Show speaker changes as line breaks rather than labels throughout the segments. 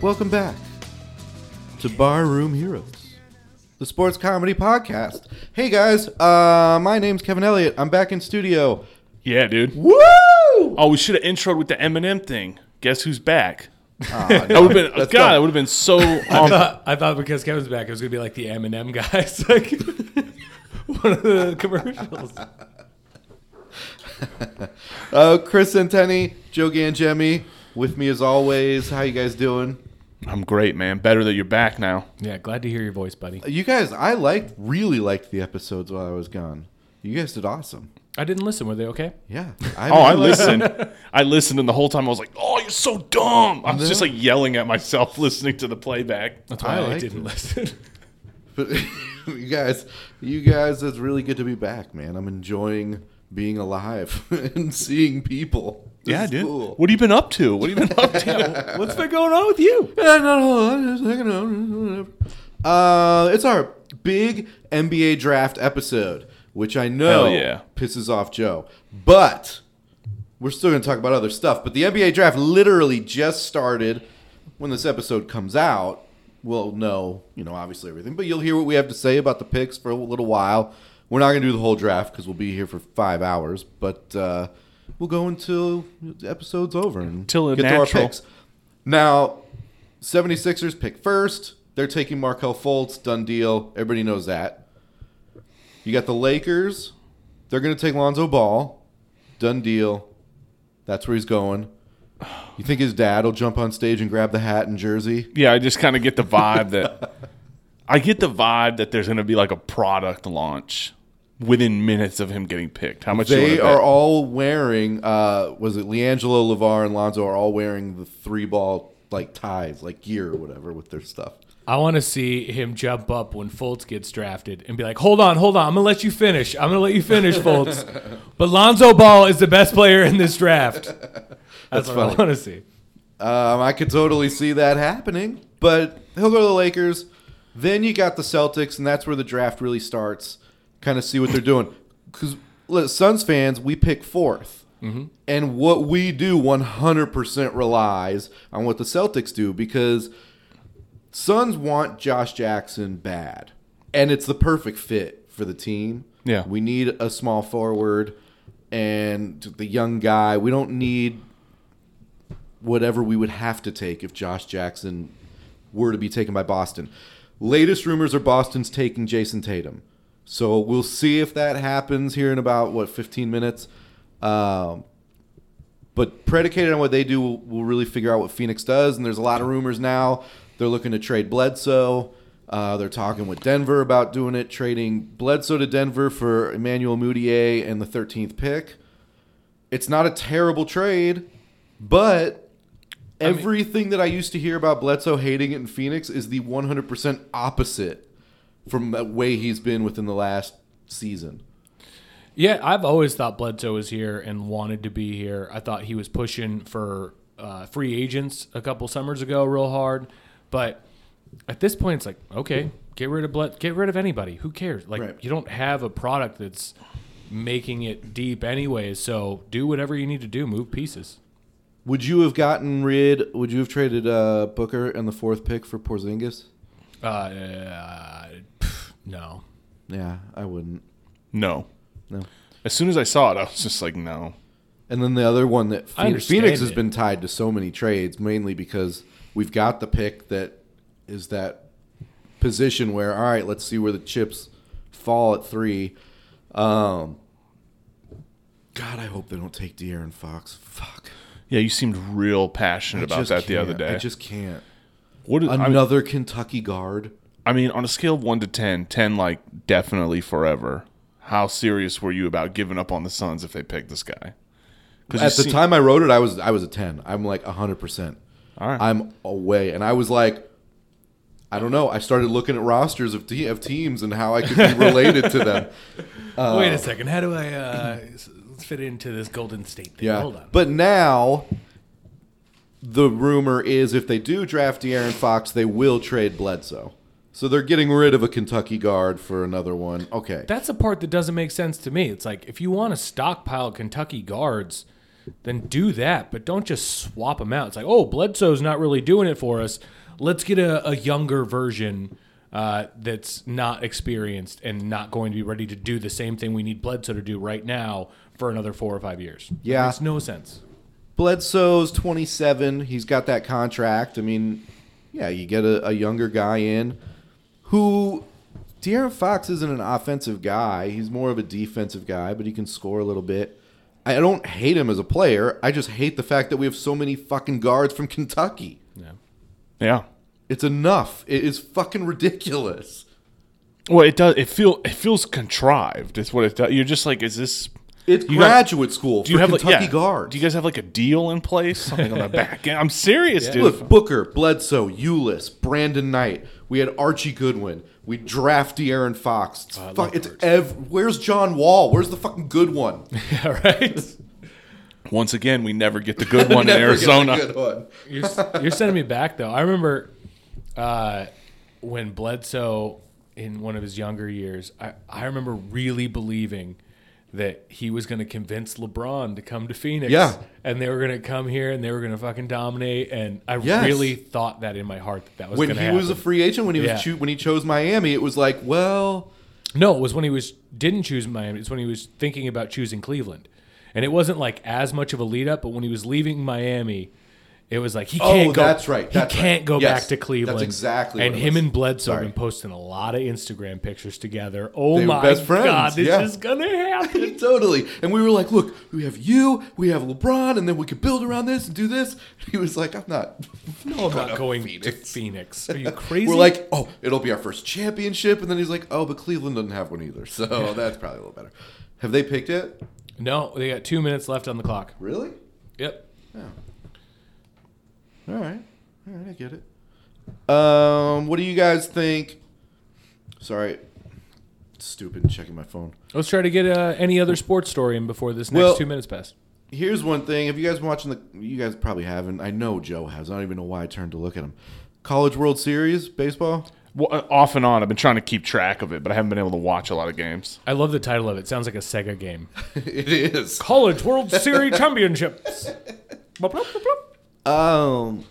Welcome back to Barroom Heroes, the sports comedy podcast. Hey guys, uh, my name's Kevin Elliott. I'm back in studio.
Yeah, dude.
Woo!
Oh, we should have introed with the Eminem thing. Guess who's back?
Ah,
That would have been
Let's go.
God. That would have been so.
I
Um,
thought, I thought because Kevin's back, it was gonna be like the Eminem guys, like one of the commercials.
uh, Chris Centeni, Joe Gangemi, with me as always. How you guys doing?
I'm great, man. Better that you're back now.
Yeah, glad to hear your voice, buddy.
You guys, I liked, really liked the episodes while I was gone. You guys did awesome.
I didn't listen. Were they okay?
Yeah.
Oh, I listened. I listened, and the whole time I was like, "Oh, you're so dumb." I was just like yelling at myself listening to the playback.
That's
I
why I,
liked
didn't
it.
listen.
But you guys, you guys, it's really good to be back, man. I'm enjoying being alive and seeing people. This
yeah,
is
dude.
cool.
What have you been up to? What have you been up to?
What's been going on with you?
Yeah, not a whole lot, just hanging out, whatever. Uh, it's our big NBA draft episode, which I know
Hell yeah.
pisses off Joe, but we're still going to talk about other stuff. But the NBA draft literally just started. When this episode comes out, we'll know, you know, obviously everything, but you'll hear what we have to say about the picks for a little while. We're not going to do the whole draft because we'll be here for five hours, but uh, we'll go until the episode's over and
Till a
get to our
natural.
picks. Now, 76ers pick first. They're taking Markel Fultz. Done deal. Everybody knows that. You got the Lakers. They're going to take Lonzo Ball. Done deal. That's where he's going. You think his dad will jump on stage and grab the hat and jersey?
Yeah, I just kind of get the vibe that I get the vibe that there's going to be like a product launch within minutes of him getting picked. How much you
They
wanna
are
bet?
all wearing, uh, was it Leangelo, LeVar, and Lonzo are all wearing the three ball like ties, like gear or whatever with their stuff.
I want to see him jump up when Fultz gets drafted and be like, "Hold on, hold on, I'm gonna let you finish. I'm gonna let you finish, Fultz." but Lonzo Ball is the best player in this draft. That's, what
funny.
I want to see.
Um, I could totally see that happening, but he'll go to the Lakers. Then you got the Celtics, and that's where the draft really starts. Kind of see what they're doing. Because Suns fans, we pick 4th And what we do 100% relies on what the Celtics do because Suns want Josh Jackson bad. And it's the perfect fit for the team.
Yeah.
We need a small forward and the young guy. We don't need whatever we would have to take if Josh Jackson were to be taken by Boston. Latest rumors are Boston's taking Jason Tatum. So we'll see if that happens here in about, what, 15 minutes. Um, but predicated on what they do, we'll, we'll really figure out what Phoenix does. And there's a lot of rumors now. They're looking to trade Bledsoe. Uh, they're talking with Denver about doing it, trading Bledsoe to Denver for Emmanuel Mudiay and the 13th pick. It's not a terrible trade, but everything that I used to hear about Bledsoe hating it in Phoenix is the 100% opposite from the way he's been within the last season.
Yeah, I've always thought Bledsoe was here and wanted to be here. I thought he was pushing for uh, free agents a couple summers ago, real hard. But at this point, it's like, okay, get rid of Bled, get rid of anybody. Who cares? Like,
Right.
you don't have a product that's making it deep, anyways. So do whatever you need to do. Move pieces.
Would you have gotten rid? Would you have traded uh, Booker and the fourth pick for Porzingis?
Uh, uh, pff, no,
Yeah, I wouldn't.
no.
No.
As soon as I saw it, I was just like, no.
And then the other one that
I
Phoenix,
understand
Phoenix has
it.
been tied to so many trades, mainly because we've got the pick that is that position where all right, let's see where the chips fall at three. Um, God, I hope they don't take De'Aaron Fox. Fuck
Yeah, you seemed real passionate
I
about
just
that the other
can't.
day.
I just can't.
what is, I, mean,
Another Kentucky guard.
I mean, on a scale of 1 to 10, 10 like definitely forever. How serious were you about giving up on the Suns if they picked this guy? 'Cause you
At the
see-
time I wrote it, I was I was a ten. I'm like hundred percent.
All right.
I'm away, and I was like, I don't know. I started looking at rosters of, te- of teams and how I could be related to them. Uh,
wait a second. How do I uh, s- fit into this Golden State thing?
Yeah,
Hold on.
but now the rumor is if they do draft De'Aaron Fox, they will trade Bledsoe. So they're getting rid of a Kentucky guard for another one. Okay,
That's the part that doesn't make sense to me. It's like if you want to stockpile Kentucky guards, then do that. But don't just swap them out. It's like, oh, Bledsoe's not really doing it for us. Let's get a, a younger version uh, that's not experienced and not going to be ready to do the same thing we need Bledsoe to do right now for another four or five years.
Yeah.
Makes no sense.
Bledsoe's 27. He's got that contract. I mean, yeah, you get a, a younger guy in who De'Aaron Fox isn't an offensive guy. He's more of a defensive guy, but he can score a little bit. I don't hate him as a player. I just hate the fact that we have so many fucking guards from Kentucky.
Yeah.
It's enough. It is fucking ridiculous.
Well, it does. It feel it feels contrived. It's what it does. You're just like, is this?
It's
You got-
graduate school
Do you
for
have
Kentucky
like yeah,
guards.
Do you guys have like a deal in place? Something on the back end? I'm serious, dude.
Look, Booker, Bledsoe, Euless, Brandon Knight. We had Archie Goodwin. We draft De'Aaron Fox.
Oh,
It's, fuck, it's ev- where's John Wall? Where's the fucking good one?
All right.
Once again, we never get the good one in
Never get the
Arizona.
good one.
You're, you're sending me back though. I remember uh, when Bledsoe in one of his younger years. I, I remember really believing that he was going to convince LeBron to come to Phoenix.
Yeah.
and they were going to come here and they were going to fucking dominate. And I
Yes.
really thought that in my heart that that was
When
gonna
he
happen.
was a free agent, when he was
Yeah.
cho- when he chose Miami, it was like, well,
No, it was when he was didn't choose Miami. It's when he was thinking about choosing Cleveland, and it wasn't like as much of a lead up. But when he was leaving Miami, it was like he
Oh,
can't go.
that's right, that's
he can't
right.
go
Yes,
back to
that's
Cleveland.
exactly
And
what it
him
was.
and Bledsoe
Sorry.
have been posting a lot of Instagram pictures together. Oh
They were
my
best friends,
god, this
yeah.
is gonna happen.
totally. And we were like, look, we have you, we have LeBron, and then we could build around this and do this. He was like, I'm not.
No, I'm not going to Phoenix. Are you crazy?
We're like, oh, it'll be our first championship, and then he's like, oh, but Cleveland doesn't have one either, so that's probably a little better. Have they picked it?
no, they got two minutes left on the clock.
Really?
Yep.
All right, all right, I get it. Um, what do you guys think? Sorry, stupid checking my phone.
Let's try to get uh, any other sports story in before this next
Well-
two minutes pass.
Here's one thing. Have you guys been watching the? You guys probably haven't. I know Joe has. I don't even know why I turned to look at him. College World Series baseball.
Well, uh, off and on, I've been trying to keep track of it, but I haven't been able to watch a lot of games.
I love the title of it. Sounds like a Sega game.
it is.
College World Series Championships. Blah, blah, blah, blah.
Um,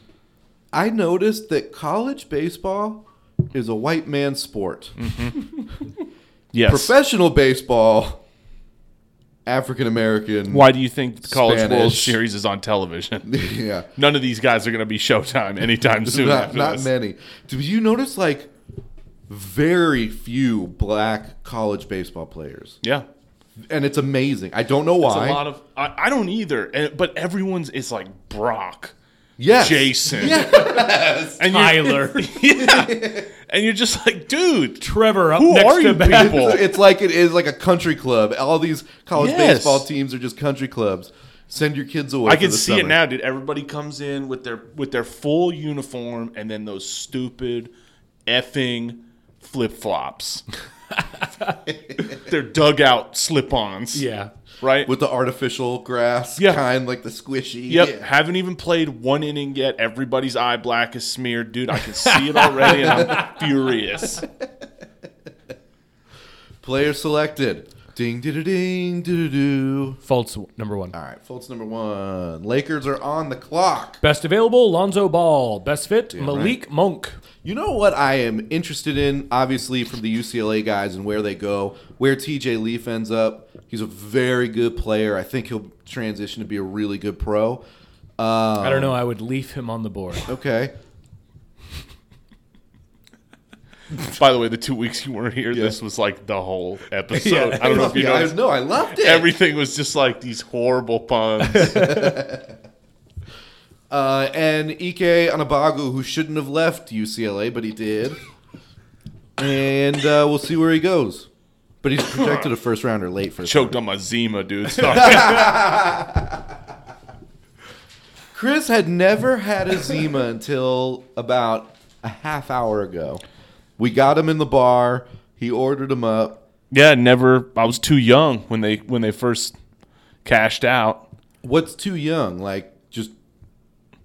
I noticed that college baseball is a white man sport.
Yes.
Professional baseball, African American.
Why do you think the College World
Spanish.
Series is on television?
yeah.
None of these guys are going to be Showtime anytime soon.
Not,
after
not
this.
many. Do you notice like very few black college baseball players?
Yeah.
And it's amazing. I don't know
It's
why.
a lot of. I, I don't either, and, but everyone's is like Brock,
yes.
Jason, and you're-
Tyler,
yeah. and you're just like, dude,
Trevor up
Who
next
are
to
you
bat.
people?
It's, it's like it is like a country club. All these college
Yes.
baseball teams are just country clubs. Send your kids away.
I
for
can
the
see it
summer.
now, dude. Everybody comes in with their with their full uniform and then those stupid effing flip flops. their dugout slip ons.
Yeah.
Right?
with the artificial grass
Yeah.
kind, like the squishy.
yep.
Yeah.
Haven't even played one inning yet. Everybody's eye black is smeared, dude. I can see it already and I'm furious.
Player selected. Ding, ding, ding, ding, doo.
Faults number one.
All right, Fultz number one. Lakers are on the clock.
Best available, Lonzo Ball. Best fit, Malik Monk.
You know what I am interested in, obviously, from the UCLA guys and where they go, where TJ Leaf ends up. He's a very good player. I think he'll transition to be a really good pro. Uh,
I don't know. I would leave him on the board.
okay.
By the way, the two weeks you weren't here, this was like the whole episode. I don't know if you
Yeah, I,
know.
no, I loved it.
Everything was just like these horrible puns.
Uh, and Ike Anabagu, who shouldn't have left UCLA, but he did. And uh, we'll see where he goes. But he's projected a first rounder late for
Choked on my Zima, dude.
Chris had never had a Zima until about a half hour ago. We got him in the bar. He ordered him up.
Yeah, never. I was too young when they when they first cashed out.
What's too young? Like just.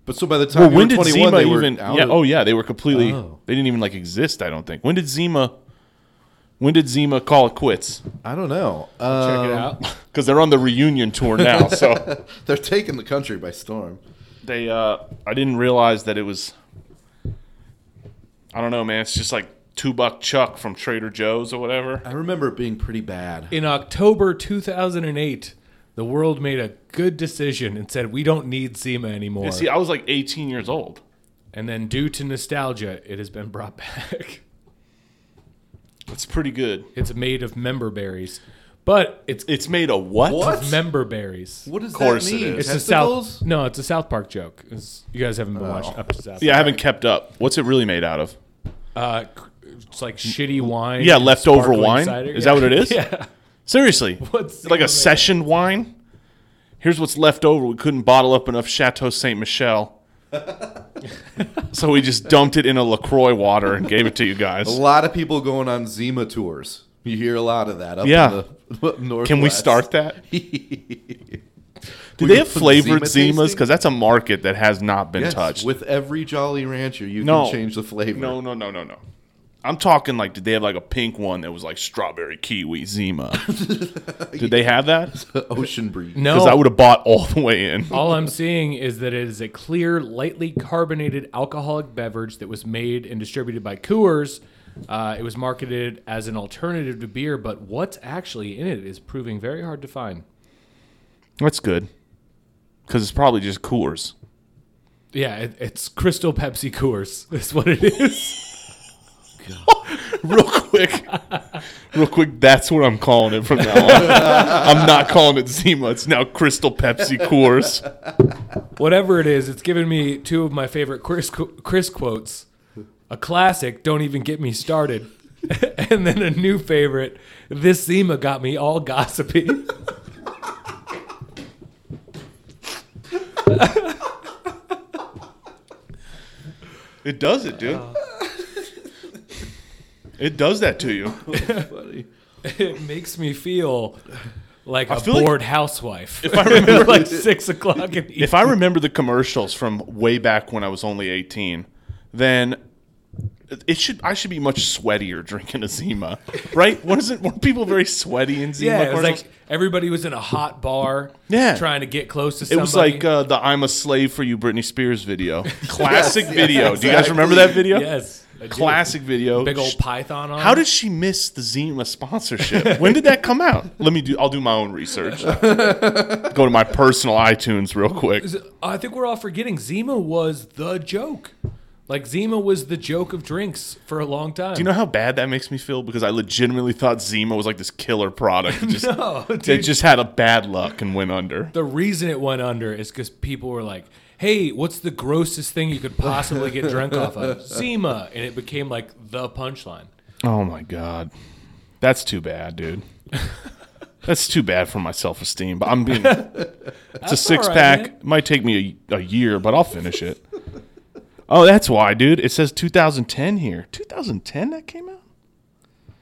But so by the time
Well,
you
when
were
did
21,
Zima
they were
even?
out
Yeah.
of-
Oh, yeah. They were completely.
Oh.
They didn't even like exist. I don't think. When did Zima? When did Zima call it quits?
I don't know. Uh,
Check
Um,
it out.
Because they're on the reunion tour now. So
they're taking the country by storm.
they, uh, I didn't realize that it was. I don't know, man. It's just like two buck Chuck from Trader Joe's or whatever.
I remember it being pretty bad.
In October 2008, the world made a good decision and said we don't need SEMA anymore.
See, I was like 18 years old.
and then, due to nostalgia, it has been brought back.
It's pretty good.
it's made of member berries, but it's
It's made of what?
What?
of member berries.
What does
Of course
that
it
mean?
is.
It's a
Testicles?
South. No, it's a South Park joke. It's- you guys haven't been watching up to South.
Yeah, I haven't kept up. What's it really made out of?
Uh, it's like shitty wine.
Yeah,
and
leftover
sparkling
wine?
cider.
Is that what it is?
Yeah.
Seriously,
What's
like
Zima
a session wine? Here's what's left over. We couldn't bottle up enough Chateau Saint Michel, so we just dumped it in a Lacroix water and gave it to you
A
guys.
lot of people going on Zima tours. You hear a lot of that up
Yeah.
in the up north.
Can we start that? Do
We
they
can
have
put
flavored
Zima
Zimas?
tasting?
Because that's a market that has not been
Yes,
touched.
with every Jolly Rancher, you
No.
can change the flavor.
no, no, no, no, no. I'm talking like, did they have like a pink one that was like strawberry kiwi Zima? did they have that?
Ocean breeze.
Because I
No.
would have bought all the way in.
All I'm seeing is that it is a clear, lightly carbonated alcoholic beverage that was made and distributed by Coors. Uh, it was marketed as an alternative to beer, but what's actually in it is proving very hard to find.
That's good. Because it's probably just Coors.
Yeah, it, it's Crystal Pepsi Coors. That's what it is.
real quick, real quick. That's what I'm calling it from now on. I'm not calling it Zima. It's now Crystal Pepsi Coors.
Whatever it is, it's given me two of my favorite Chris, qu- Chris quotes. A classic, don't even get me started. and then a new favorite, this Zima got me all gossipy.
It does it, dude.
Oh.
It does that to you.
Buddy.
it makes me feel like a
feel like-
bored housewife.
If I remember,
like six o'clock in the
if I remember the commercials from way back when I was only 18, then it should I should be much sweatier drinking a Zima, right? Wasn't weren't people very sweaty in Zima?
yeah, it was
commercials?
like everybody was in a hot bar,
Yeah.
trying to get close to
It
somebody.
was like uh, the "I'm a Slave for You" Britney Spears video, classic video. Do you guys remember that video?
yes, I do.
classic video.
big old
Sh-
python on.
How did she miss the Zima sponsorship? when did that come out? Let me do. I'll do my own research. Go to my personal iTunes real quick.
I think we're all forgetting Zima was the joke. Like Zima was the joke of drinks for a long time.
You know how bad that makes me feel because I legitimately thought Zima was like this killer product. It just,
No,
It
dude.
just had a bad luck and went under.
the reason it went under is because people were like, "Hey, what's the grossest thing you could possibly get drunk off of?" Zima, and it became like the punchline.
Oh my god, that's too bad, dude. That's too bad for my self esteem. But I'm being. It's a six
all right,
pack.
man.
It Might take me a, a year, but I'll finish it. Oh, that's why, dude. It says 2010 here. 2010 that came out.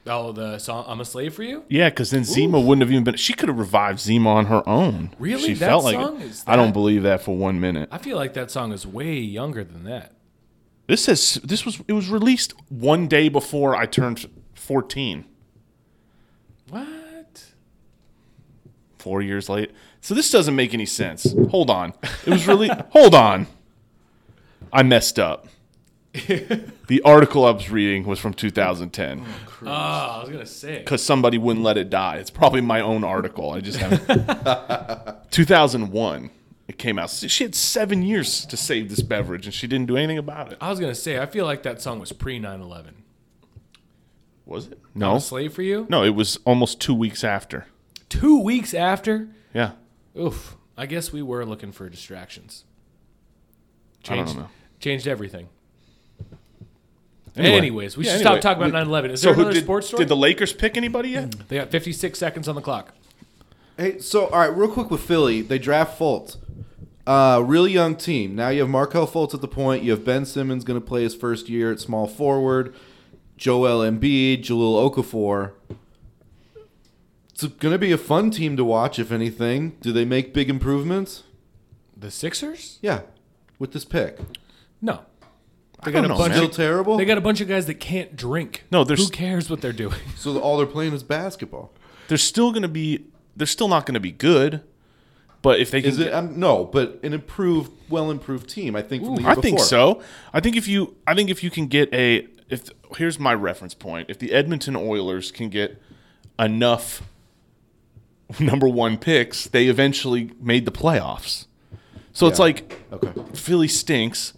Oh, the song "I'm a Slave for You."
Yeah, because then Zima wouldn't have even been. She could have revived Zima on her own.
Really?
She
That song
it.
is
I
that-
don't believe that for one minute.
I feel like that song is way younger than that.
This says this was it was released one day before I turned 14.
What?
four years late. So this doesn't make any sense. Hold on. It was really hold on. I messed up. the article I was reading was from 2010
Oh, I was gonna say.
because somebody wouldn't let it die. It's probably my own article. I just haven't. 2001. It came out. She had seven years to save this beverage, and she didn't do anything about it.
I was gonna say. I feel like that song was pre 9/11.
Was it?
I'm
No.
a slave for you.
No. It was almost two weeks after.
Two weeks after.
Yeah.
Oof. I guess we were looking for distractions.
I don't
Changed.
know.
Changed everything.
Anyway.
Anyways, we
Yeah,
should
anyway.
stop talking about 9/11. Is
So
there
who
another
did,
sports story? Hmm.
did the Lakers pick anybody yet?
they got 56 seconds on the clock.
Hey, so all right, real quick with Philly, they draft Fultz, uh, really young team. Now you have Markel Fultz at the point. You have Ben Simmons going to play his first year at small forward. Joel Embiid, Jalil Okafor. It's going to be a fun team to watch, if anything. Do they make big improvements?
The Sixers?
Yeah, with this pick.
No. They
don't
got
know,
a bunch
Oh, man.
Still
of
terrible.
they got a bunch of guys that can't drink.
No, there's-
who cares what they're doing.
so all they're playing is basketball.
They're still going to be. They're still not going to be good. But if they can,
Is it? Um, no, but an improved, well improved team. I think. From the year
I think
before.
so. I think if you, I think if you can get a, if here's my reference point, if the Edmonton Oilers can get enough number one picks, they eventually made the playoffs. So it's
Yeah.
like
Okay.
Philly stinks,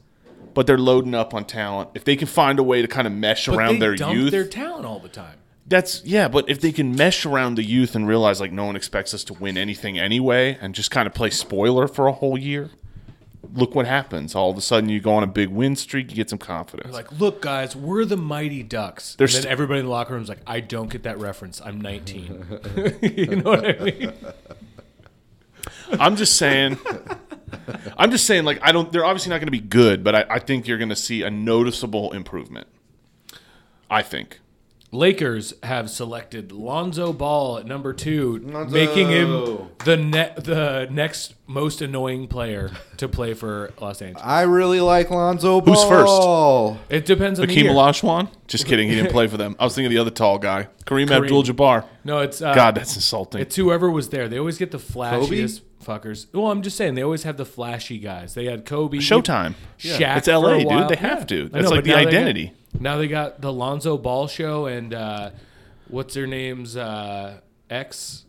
but they're loading up on talent. If they can find a way to kind of mesh
But
around
they
their
dump
youth,
their talent all the time.
that's yeah. But if they can mesh around the youth and realize like no one expects us to win anything anyway, and just kind of play spoiler for a whole year, look what happens. All of a sudden, you go on a big win streak, you get some confidence.
Like, look, guys, we're the mighty ducks.
They're
and then
st-
everybody in the locker room's like, I don't get that reference. I'm 19. you know what I mean?
I'm just saying. I'm just saying, like I don't. They're obviously not going to be good, but I, I think you're going to see a noticeable improvement. I think.
Lakers have selected Lonzo Ball at number two,
Lonzo.
making him the ne- the next most annoying player to play for Los Angeles.
I really like Lonzo Ball.
Who's first?
first?
It depends on the
Hakeem
year.
Olajuwon? Just kidding. He didn't play for them. I was thinking of the other tall guy, Kareem,
Kareem.
Abdul-Jabbar.
No, it's uh,
God, that's insulting.
It's whoever was there. They always get the flashiest fuckers. Well, I'm just saying they always have the flashy guys. They had Kobe,
Showtime.
Shaq.
Yeah. It's
for a
LA, dude.
while.
They have to.
I
That's like
but
the
now they got-
identity.
now they got the Lonzo Ball show and uh, what's their name's uh, ex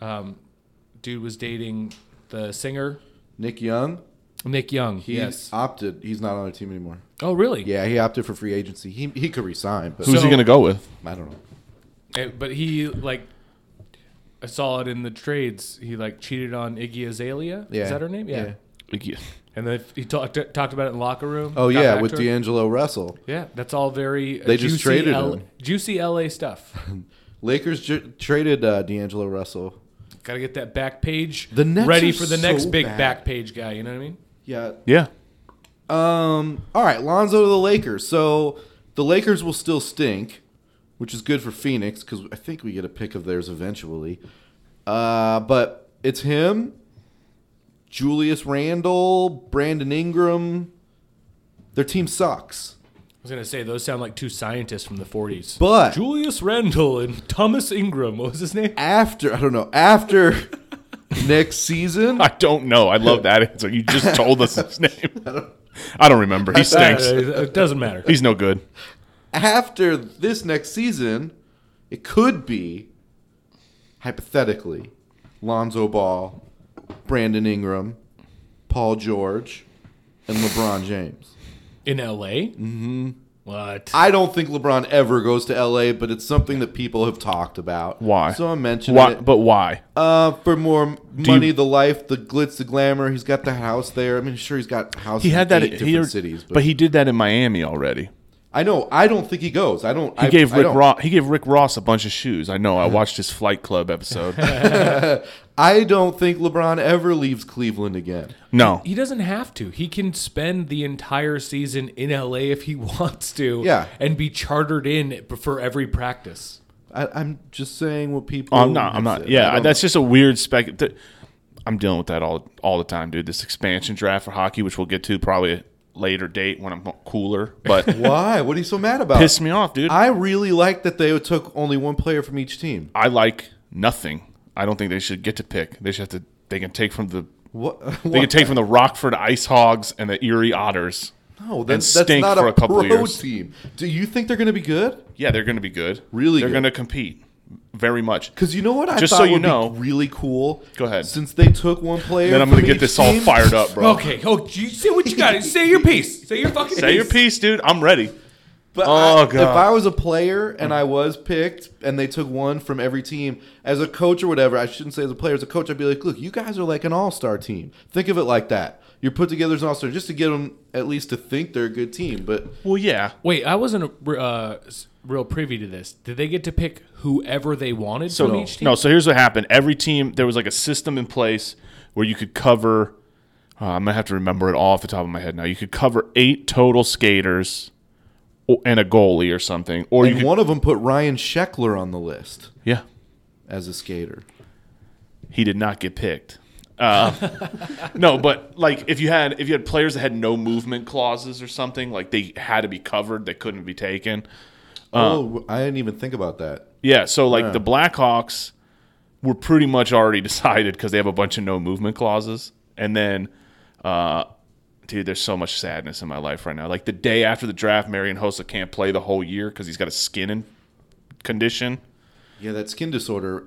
um, dude was dating the singer
Nick Young.
Nick Young.
He
yes.
opted. He's not on the team anymore.
Oh, really?
Yeah, he opted for free agency. He he could resign, but
Who's
So-
he going to go with?
I don't know.
Eh, but he like. I saw it in the trades. He like cheated on Iggy Azalea.
Yeah.
Is that her name? Yeah.
Yeah.
Like, yeah.
And then he talked talked about it in the locker room.
Oh
got
yeah,
back
with
to her.
D'Angelo Russell.
Yeah, that's all very. uh,
They just
juicy
traded
L-
him.
Juicy LA stuff.
Lakers ju- traded uh, D'Angelo Russell.
Got to get that back page
The Nets
ready
are
for the next
so
big
bad.
back page guy. You know what I mean?
Yeah.
Yeah.
Um. All right, Lonzo to the Lakers. So the Lakers will still stink, which is good for Phoenix because I think we get a pick of theirs eventually. Uh, but it's him, Julius Randle, Brandon Ingram. Their team sucks.
I was gonna say those sound like two scientists from the '40s.
But-
Julius Randle and Thomas Ingram. What was his name?
After I don't know after next season.
I don't know. I love that answer. You just told us his name. I don't remember. He stinks.
Uh, it doesn't matter.
He's no good.
after this next season, it could be hypothetically Lonzo Ball, Brandon Ingram, Paul George, and LeBron James.
In LA. Mm-hmm. What?
I don't think LeBron ever goes to LA, but it's something that people have talked about.
Why?
So I'm mentioning
Why?
it.
But why?
uh, for more money,
you-
the life, the glitz, the glamour. He's got the house there. I mean, sure, he's got houses.
He had
in
that.
eight
He,
different cities,
but, he did that in Miami already.
I know. I don't think he goes. I don't.
He
I,
gave
I
Rick
don't. Uh-huh.
Ross. He gave Rick Ross a bunch of shoes. I know. I watched his Flight Club episode.
I don't think LeBron ever leaves Cleveland again.
No,
he doesn't have to. He can spend the entire season in LA if he wants to.
Yeah.
And be chartered in for every practice.
I, I'm just saying what people.
I'm not. I'm not.
said.
Yeah,
I don't
that's just a weird spec. Th- I'm dealing with that all all the time, dude. This expansion draft for hockey, which we'll get to probably at a later date when I'm cooler, but
know. why. What are you so mad about?
pissed me off, dude. I,
I really like that they took only one player from each team.
like nothing. I don't think they should get to pick. They should have to. They can take from the.
What?
They can take from the Rockford Ice Hogs and the Erie Otters.
no,
and
that's, that's
stink
not
for
a,
a couple
pro
of years.
team. Do you think they're going to be good?
Yeah, they're going to be good.
Really
they're
good.
going to compete very much.
Because you know what I
Just
thought
so you
would
know-
be really cool.
Go ahead.
Since they took one player,
Then I'm
going
going
to
to get this all fired up, bro.
Okay. Oh, you say what you got. say your piece. Say your fucking
Say your piece, dude. I'm ready.
But
Oh,
I-
God.
if I was a player and I was picked and they took one from every team, as a coach or whatever, I shouldn't say as a player, as a coach, I'd be like, look, you guys are like an all star team. Think of it like that. You're put together as an all star just to get them at least to think they're a good team. But
Well, yeah.
Wait, I wasn't uh, s- real privy to this. Did they get to pick whoever they wanted
So
from each team?
no, so here's what happened. Every team there was like a system in place where you could cover. uh, I'm gonna have to remember it all off the top of my head now. You could cover eight total skaters, o- and a goalie or something, or you
and
could,
one of them put Ryan Scheckler on the list
yeah.
as a skater.
He did not get picked. Uh, No, but like if you had if you had players that had no movement clauses or something, like they had to be covered, they couldn't be taken. Uh.
oh, I didn't even think about that.
Yeah, so like the Blackhawks were pretty much already decided because they have a bunch of no movement clauses. And then, uh, dude, there's so much sadness in my life right now. Like the day after the draft, Marion Hossa can't play the whole year because he's got a skin in- condition.
Yeah, that skin disorder.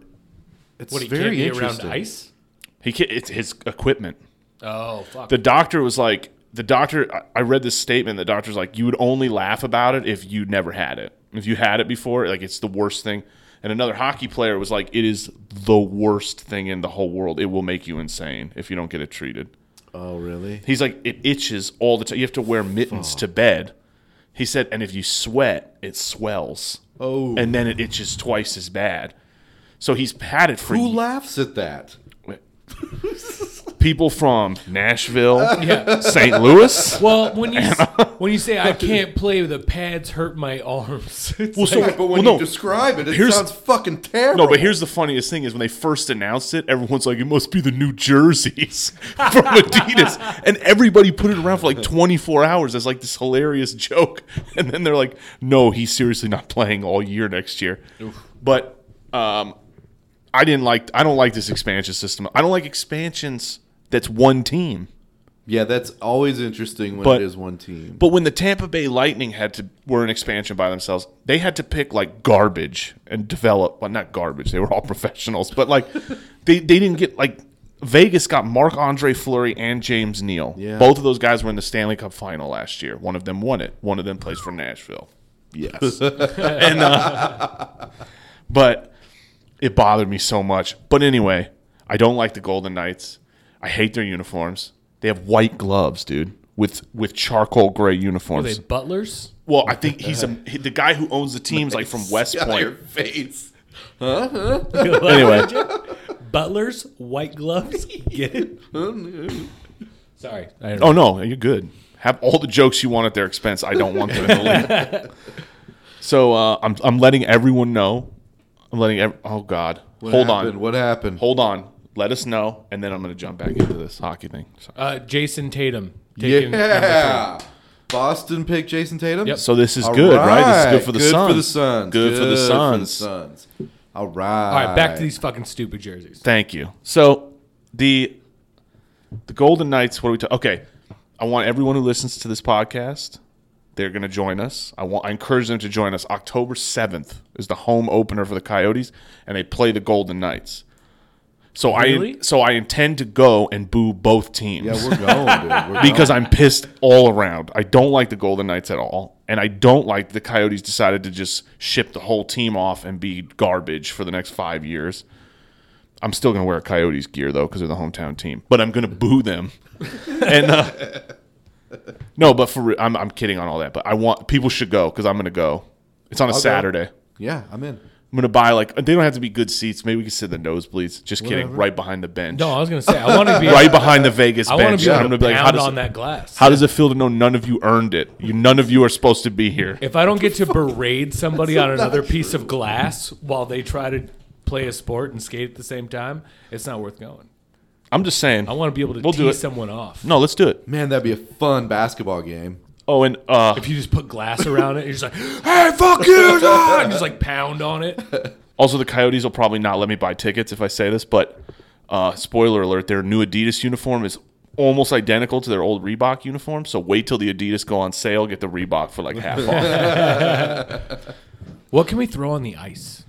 It's
What, he
very
can't be around
interesting.
ice?
He can it's his equipment.
Oh, fuck.
The doctor was like, the doctor. I- I read this statement. The doctor's like, you would only laugh about it if you never had it. If you had it before, like it's the worst thing. And another hockey player was like, it is the worst thing in the whole world. It will make you insane if you don't get it treated.
Oh, really?
He's like, it itches all the time. You have to wear mittens to bed. He said, and if you sweat, it swells.
Oh.
And then it itches twice as bad. So he's had it for
Who
ye-
laughs at that?
people from Nashville,
yeah.
St. Louis.
Well, when you when you say I can't play, the pads hurt my arms. It's
Well, so-
like-
Right, but when
well,
you
no.
describe it, it
Here's-
sounds fucking terrible.
No, but here's the funniest thing is when they first announced it, everyone's like, it must be the new jerseys from Adidas. And everybody put it around for like 24 hours as like this hilarious joke. And then they're like, no, he's seriously not playing all year next year. But um, I didn't like, I don't like this expansion system. I don't like expansions that's one team.
yeah, that's always interesting when
But-
it is one team.
But when the Tampa Bay Lightning had to were an expansion by themselves, they had to pick like garbage and develop. Well, not garbage; they were all professionals, but like they they didn't get like Vegas got Marc Andre Fleury and James Neal.
Yeah.
Both of those guys were in the Stanley Cup final last year. One of them won it. One of them plays for Nashville. Yes, and uh, but it bothered me so much. But anyway, I don't like the Golden Knights. I hate their uniforms. They have white gloves, dude. With, with charcoal gray
Are
uniforms.
they butlers?
Well, I think he's a he, the guy who owns the team's like from West
Yeah, your
Point.
face.
Anyway,
Butlers, white gloves. Get it? Sorry. I don't know.
oh no, you're good. Have all the jokes you want at their expense. I don't want them in the league. So uh, I'm I'm letting everyone know. I'm letting ev- oh god,
What
hold
happened?
on,
What happened?
hold on. Let us know, and then I'm gonna jump back into this hockey thing. Sorry.
Uh, Jason Tatum. taking number
yeah. Boston picked Jason Tatum.
Yep.
So this is good, right? This is good for the Suns.
for the Suns.
Good for the Suns.
Suns. All right.
three. All right, back to these fucking stupid jerseys.
Thank you. So the the Golden Knights. What are we talking? Okay, I want everyone who listens to this podcast. They're going to join us. I want. I encourage them to join us. October seventh is the home opener for the Coyotes, and they play the Golden Knights. So I
Really?
so I intend to go and boo both teams
Yeah, we're going, dude. We're
because I'm pissed all around. I don't like the Golden Knights at all, and I don't like the Coyotes decided to just ship the whole team off and be garbage for the next five years. I'm still gonna wear a Coyotes gear though because they're the hometown team, but I'm gonna boo them. and uh, no, but for re- I'm I'm kidding on all that. But I want people should go because I'm gonna go. It's on a Saturday.
Yeah, I'm in.
I'm gonna buy like they don't have to be good seats. Maybe we can sit in the nosebleeds. Just kidding, right behind the bench.
No, I was gonna say I want to be.
right behind the Vegas
I want
bench.
to be
I'm
able to
gonna be like, how
pound
does
on that glass.
how does it feel to know none of you earned it? You none of you are supposed to be here.
if I don't get to berate somebody on another piece of glass while they try to play a sport and skate at the same time, it's not worth going.
I'm just saying.
I want to be able to
We'll do
tee
it.
someone off.
No, let's do it.
Man, that'd be a fun basketball game.
Oh, and uh,
If you just put glass around it, you're just like, "Hey, fuck you!" ah," and just like pound on it.
also the Coyotes will probably not let me buy tickets if I say this, but uh, spoiler alert: their new Adidas uniform is almost identical to their old Reebok uniform. So wait till the Adidas go on sale, get the Reebok for like half off.
What can we throw on the ice?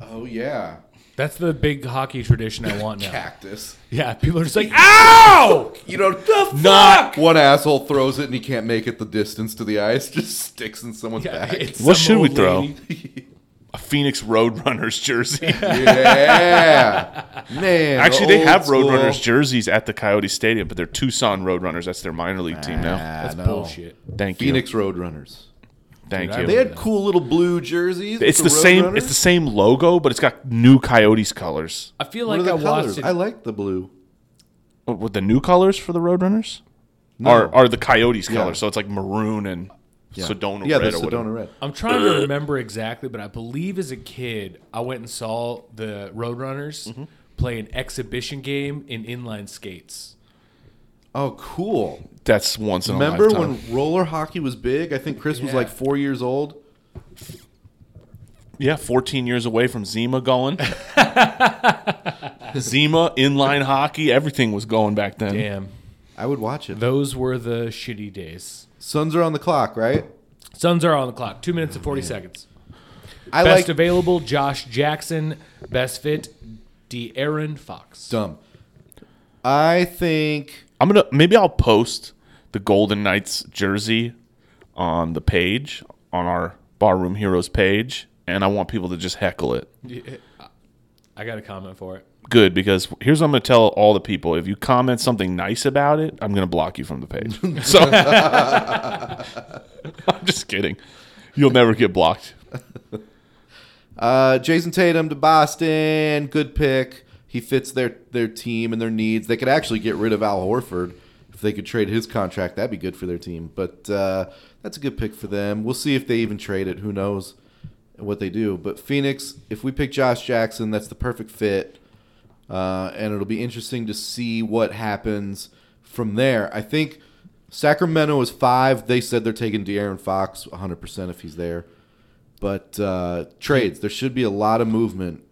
Oh yeah,
That's the big hockey tradition I want now.
cactus.
Yeah, people are just like, "Ah!" "Ow!"
You know, the fuck. One asshole throws it and he can't make it the distance to the ice. Just sticks in someone's
Yeah,
back.
it's
What
some
should we
old
throw?
lady.
A Phoenix Roadrunners jersey.
yeah, man.
Actually, they
old
have
school.
Roadrunners jerseys at the Coyote Stadium, but they're Tucson Roadrunners. That's their minor league team now.
Ah,
That's
no.
bullshit.
Thank
Phoenix Roadrunners.
you. Thank
Dude, I
you.
They had cool little blue jerseys. with
It's the, same.
Roadrunners.
It's the same logo, but it's got new Coyotes colors.
I feel
What
like I
are the
watched
colors?
it.
I like the blue.
What, what the new colors for the Roadrunners are are the Coyotes colors. So it's like maroon and Sedona
Yeah,
red
the
or whatever.
Sedona red.
I'm trying to
Mm-hmm.
remember exactly, but I believe as a kid I went and saw the Roadrunners, play an exhibition game in inline skates.
Oh, cool.
That's once in a
Remember
lifetime.
when roller hockey was big? I think Chris was
Yeah.
like four years old.
Yeah, 14 years away from Zima going. Zima, inline hockey, everything was going back then.
Damn,
I would watch it.
those were the shitty days.
Suns are on the clock, right?
Suns are on the clock. Two minutes and forty
Oh,
seconds.
I
Best
like
available: Josh Jackson. Best fit: De'Aaron Fox.
dumb. I think
I'm gonna maybe I'll post the Golden Knights jersey on the page on our Barroom Heroes page, and I want people to just heckle it.
I got a comment for it.
Good, because here's what I'm gonna tell all the people: if you comment something nice about it, I'm gonna block you from the page. so I'm just kidding. You'll never get blocked.
Uh, Jason Tatum to Boston, good pick. He fits their their team and their needs. They could actually get rid of Al Horford if they could trade his contract. That'd be good for their team. But uh, that's a good pick for them. We'll see if they even trade it. Who knows what they do? But Phoenix, if we pick Josh Jackson, that's the perfect fit. Uh, and it'll be interesting to see what happens from there. I think Sacramento is five. They said they're taking De'Aaron Fox 100% if he's there. But uh, trades, there should be a lot of movement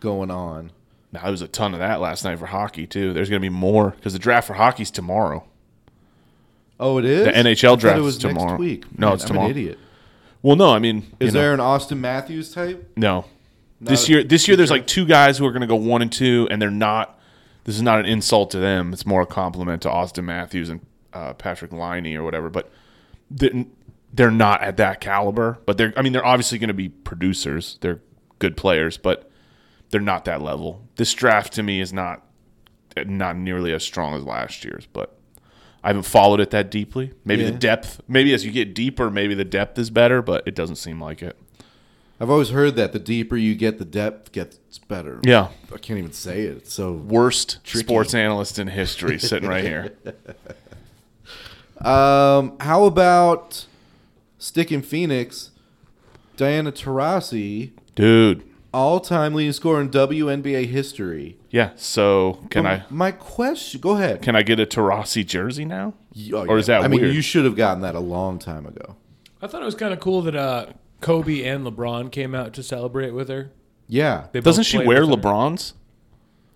going on.
Now, there was a ton of that last night for hockey too. There's going to be more because the draft for hockey's tomorrow.
Oh, it is
The NHL
I thought
draft
it
is
was
tomorrow.
Next week.
No,
Man,
it's
I'm
tomorrow.
An idiot.
Well, no, I mean,
Is
you know,
there an Austin Matthews type?
no. This
Not-
year, this year, there's like two guys who are going to go one and two, and they're not. This is not an insult to them. It's more a compliment to Austin Matthews and uh, Patrick Liney or whatever. But they're, they're not at that caliber. But they're, I mean, they're obviously going to be producers. They're good players, but they're not that level. This draft to me is not not nearly as strong as last year's, but I haven't followed it that deeply. Maybe the
Yeah.
depth, maybe as you get deeper, maybe the depth is better, but it doesn't seem like it.
I've always heard that the deeper you get, the depth gets better.
Yeah.
I can't even say it. It's so
Worst
Tricky.
sports analyst in history sitting right here.
Um, how about sticking Phoenix? Diana Taurasi,
Dude.
all-time leading scorer in WNBA history.
Yeah. So can I
My question. Go ahead.
can I get a Tarasi jersey now?
Oh,
or is
yeah.
that
I
weird?
mean, you should have gotten that a long time ago.
I thought it was kind of cool that uh, Kobe and LeBron came out to celebrate with her.
Yeah.
They both
Doesn't she
played
wear
with her.
LeBron's?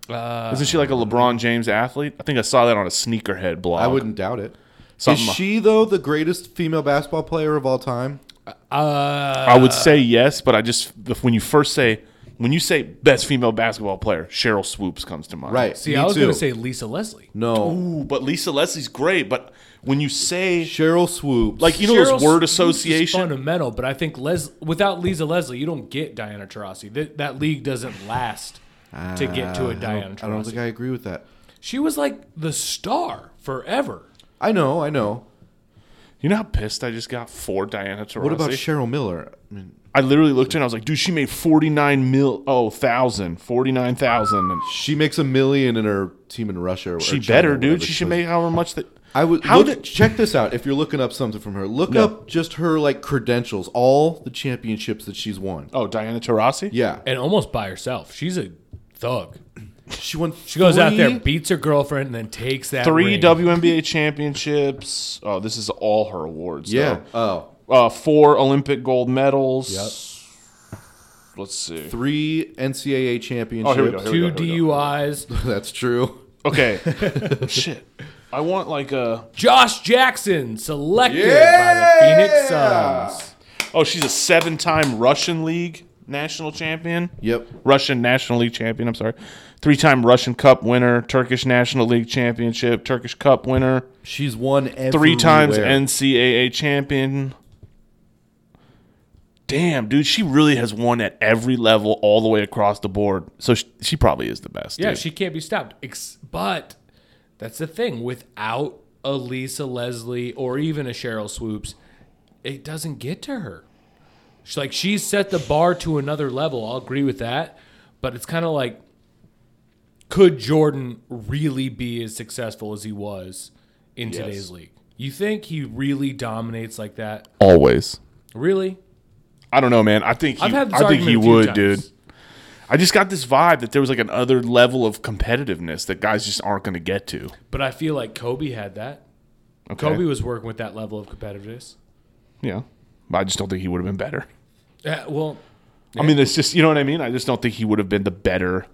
Uh,
Isn't she like a LeBron James athlete? I think I saw that on a sneakerhead blog.
I wouldn't doubt it. Is
Something-
she though the greatest female basketball player of all time?
uh,
I would say yes, but I just when you first say when you say best female basketball player, Cheryl Swoops comes to mind.
Right.
see,
me
I was
too.
going to say Lisa Leslie.
no.
Ooh, but Lisa Leslie's great. But when you say
Cheryl Swoops.
like you know
Cheryl
those word
Swoops is
association,
fundamental, but I think Les without Lisa Leslie, you don't get Diana Taurasi. That, that league doesn't last to get
Ah,
to a Diana
I don't
Taurasi.
think I agree with that.
she was like the star forever.
I know. I know.
you know how pissed I just got for Diana Taurasi.
What about Cheryl Miller? I mean,
I literally looked at her and I was like, dude, she made forty nine mil oh thousand forty nine thousand. And
she makes a million in her team in Russia. Or
she
China,
better, dude.
whatever
She
it's
should
like.
make however much that.
I would
How
look-
did-
check this out. If you're looking up something from her, look
No.
up just her like credentials, all the championships that she's won.
Oh, Diana Taurasi.
Yeah,
And almost by herself. She's a thug.
she won.
She goes out there, beats her girlfriend, and then takes that
Three
ring.
WNBA championships. Oh, this is all her awards.
Yeah.
though.
Oh,
uh, four Olympic gold medals. Let's see.
three NCAA championships.
Oh, here we go. Here we
two
go, here we go.
DUIs.
That's true.
Okay. Shit. I want like a.
Josh Jackson selected by the Phoenix
Yeah!
Suns.
Oh, she's a seven-time Russian League national champion.
Yep.
Russian National League champion. I'm sorry. Three-time Russian Cup winner, Turkish National League championship, Turkish Cup winner,
She's won everywhere.
three times NCAA champion. Damn, dude, she really has won at every level, all the way across the board. So she, she probably is the best.
Yeah,
dude.
she can't be stopped. Ex- but that's the thing. Without a Lisa Leslie or even a Cheryl Swoops, it doesn't get to her. She's like she's set the bar to another level. I'll agree with that. But it's kind of like, could Jordan really be as successful as he was in today's league? You think he really dominates like that?
always.
Really?
I don't know, man. I think he,
I've had this
I think
argument
he
a few
would,
times.
dude. I just got this vibe that there was like another level of competitiveness that guys just aren't going to get to.
But I feel like Kobe had that.
Okay?
Kobe was working with that level of competitiveness.
yeah, but I just don't think he would have been better.
Yeah, Uh, well,
I mean, it's just you know what I mean. I just don't think he would have been the better.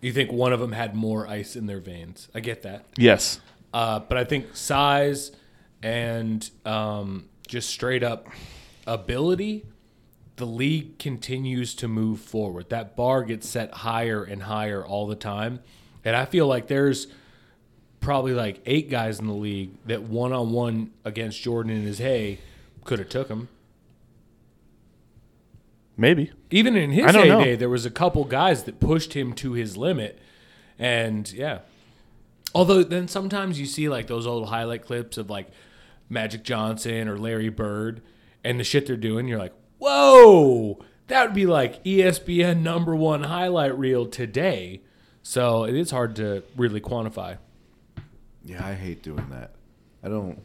you think one of them had more ice in their veins. I get that.
Yes,
Uh, but I think size and um, just straight up ability, the league continues to move forward. That bar gets set higher and higher all the time. And I feel like there's probably like eight guys in the league that one on one against Jordan in his hay could have took him.
maybe.
Even in his
I don't
heyday,
know.
there was a couple guys that pushed him to his limit, and yeah. Although then sometimes you see like those old highlight clips of like Magic Johnson or Larry Bird and the shit they're doing, you're like, whoa, that would be like E ESPN number one highlight reel today. So it is hard to really quantify.
Yeah, I hate doing that. I don't.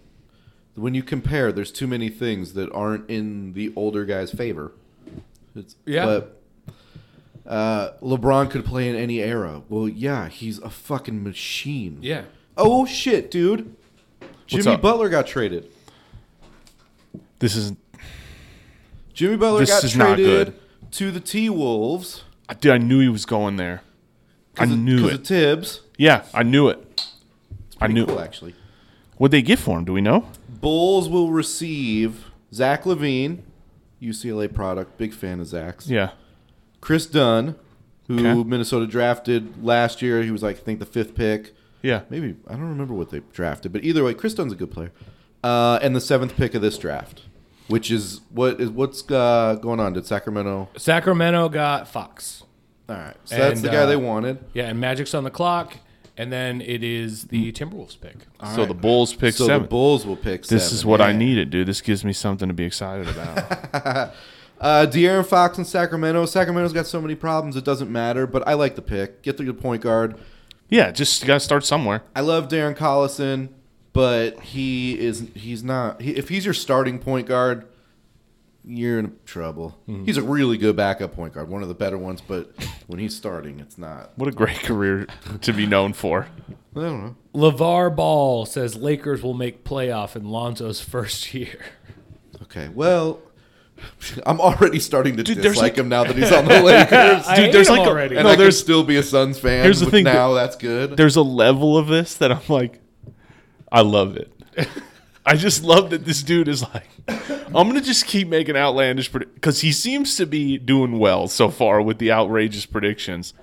When you compare, there's too many things that aren't in the older guy's favor. It's,
Yeah.
But uh, LeBron could play in any era. Well, yeah, he's a fucking machine.
Yeah.
Oh shit, dude! Jimmy
up?
Butler got traded.
This is,
Jimmy Butler
This
got
is not
traded
good.
to the T Wolves.
dude. I knew he was going there. I knew
Because of
it.
Tibbs.
Yeah, I knew it. I
Pretty
knew.
cool,
it.
actually.
What'd they get for him? Do we know?
Bulls will receive Zach Levine, UCLA product. Big fan of Zach's.
Yeah.
Chris Dunn, who
Okay.
Minnesota drafted last year. He was like I think the fifth pick.
Yeah.
Maybe I don't remember what they drafted, but either way, Chris Dunn's a good player. Uh, and the seventh pick of this draft, which is what is what's uh, going on? Did Sacramento?
Sacramento got Fox.
All right, so that's
And,
the guy
uh,
they wanted.
Yeah, and Magic's on the clock, and then it is the Timberwolves pick.
so the Bulls pick
So
seven.
the Bulls will pick.
this
seven.
is what I
Yeah.
needed, dude. This gives me something to be excited about.
Uh, De'Aaron Fox in Sacramento. Sacramento's got so many problems it doesn't matter, but I like the pick. Get the good point guard.
yeah, just gotta start somewhere.
I love Darren Collison, but he is he's not. He, if he's your starting point guard, you're in trouble.
Mm-hmm.
He's a really good backup point guard, one of the better ones, but when he's starting, it's not.
What a great career to be known for.
I don't know.
LeVar Ball says Lakers will make playoff in Lonzo's first year.
Okay, well, I'm already starting to
Dude, there's
dislike
like-
him now that he's on the Lakers.
I
Dude,
hate
there's
him
like a-
already.
And
No,
I can
there's-
still be a Suns fan.
here's the
with
thing,
Now that's good.
There's a level of this that I'm like, I love it. I just love that this dude is like, I'm gonna just keep making outlandish because he seems to be doing well so far with the outrageous predictions.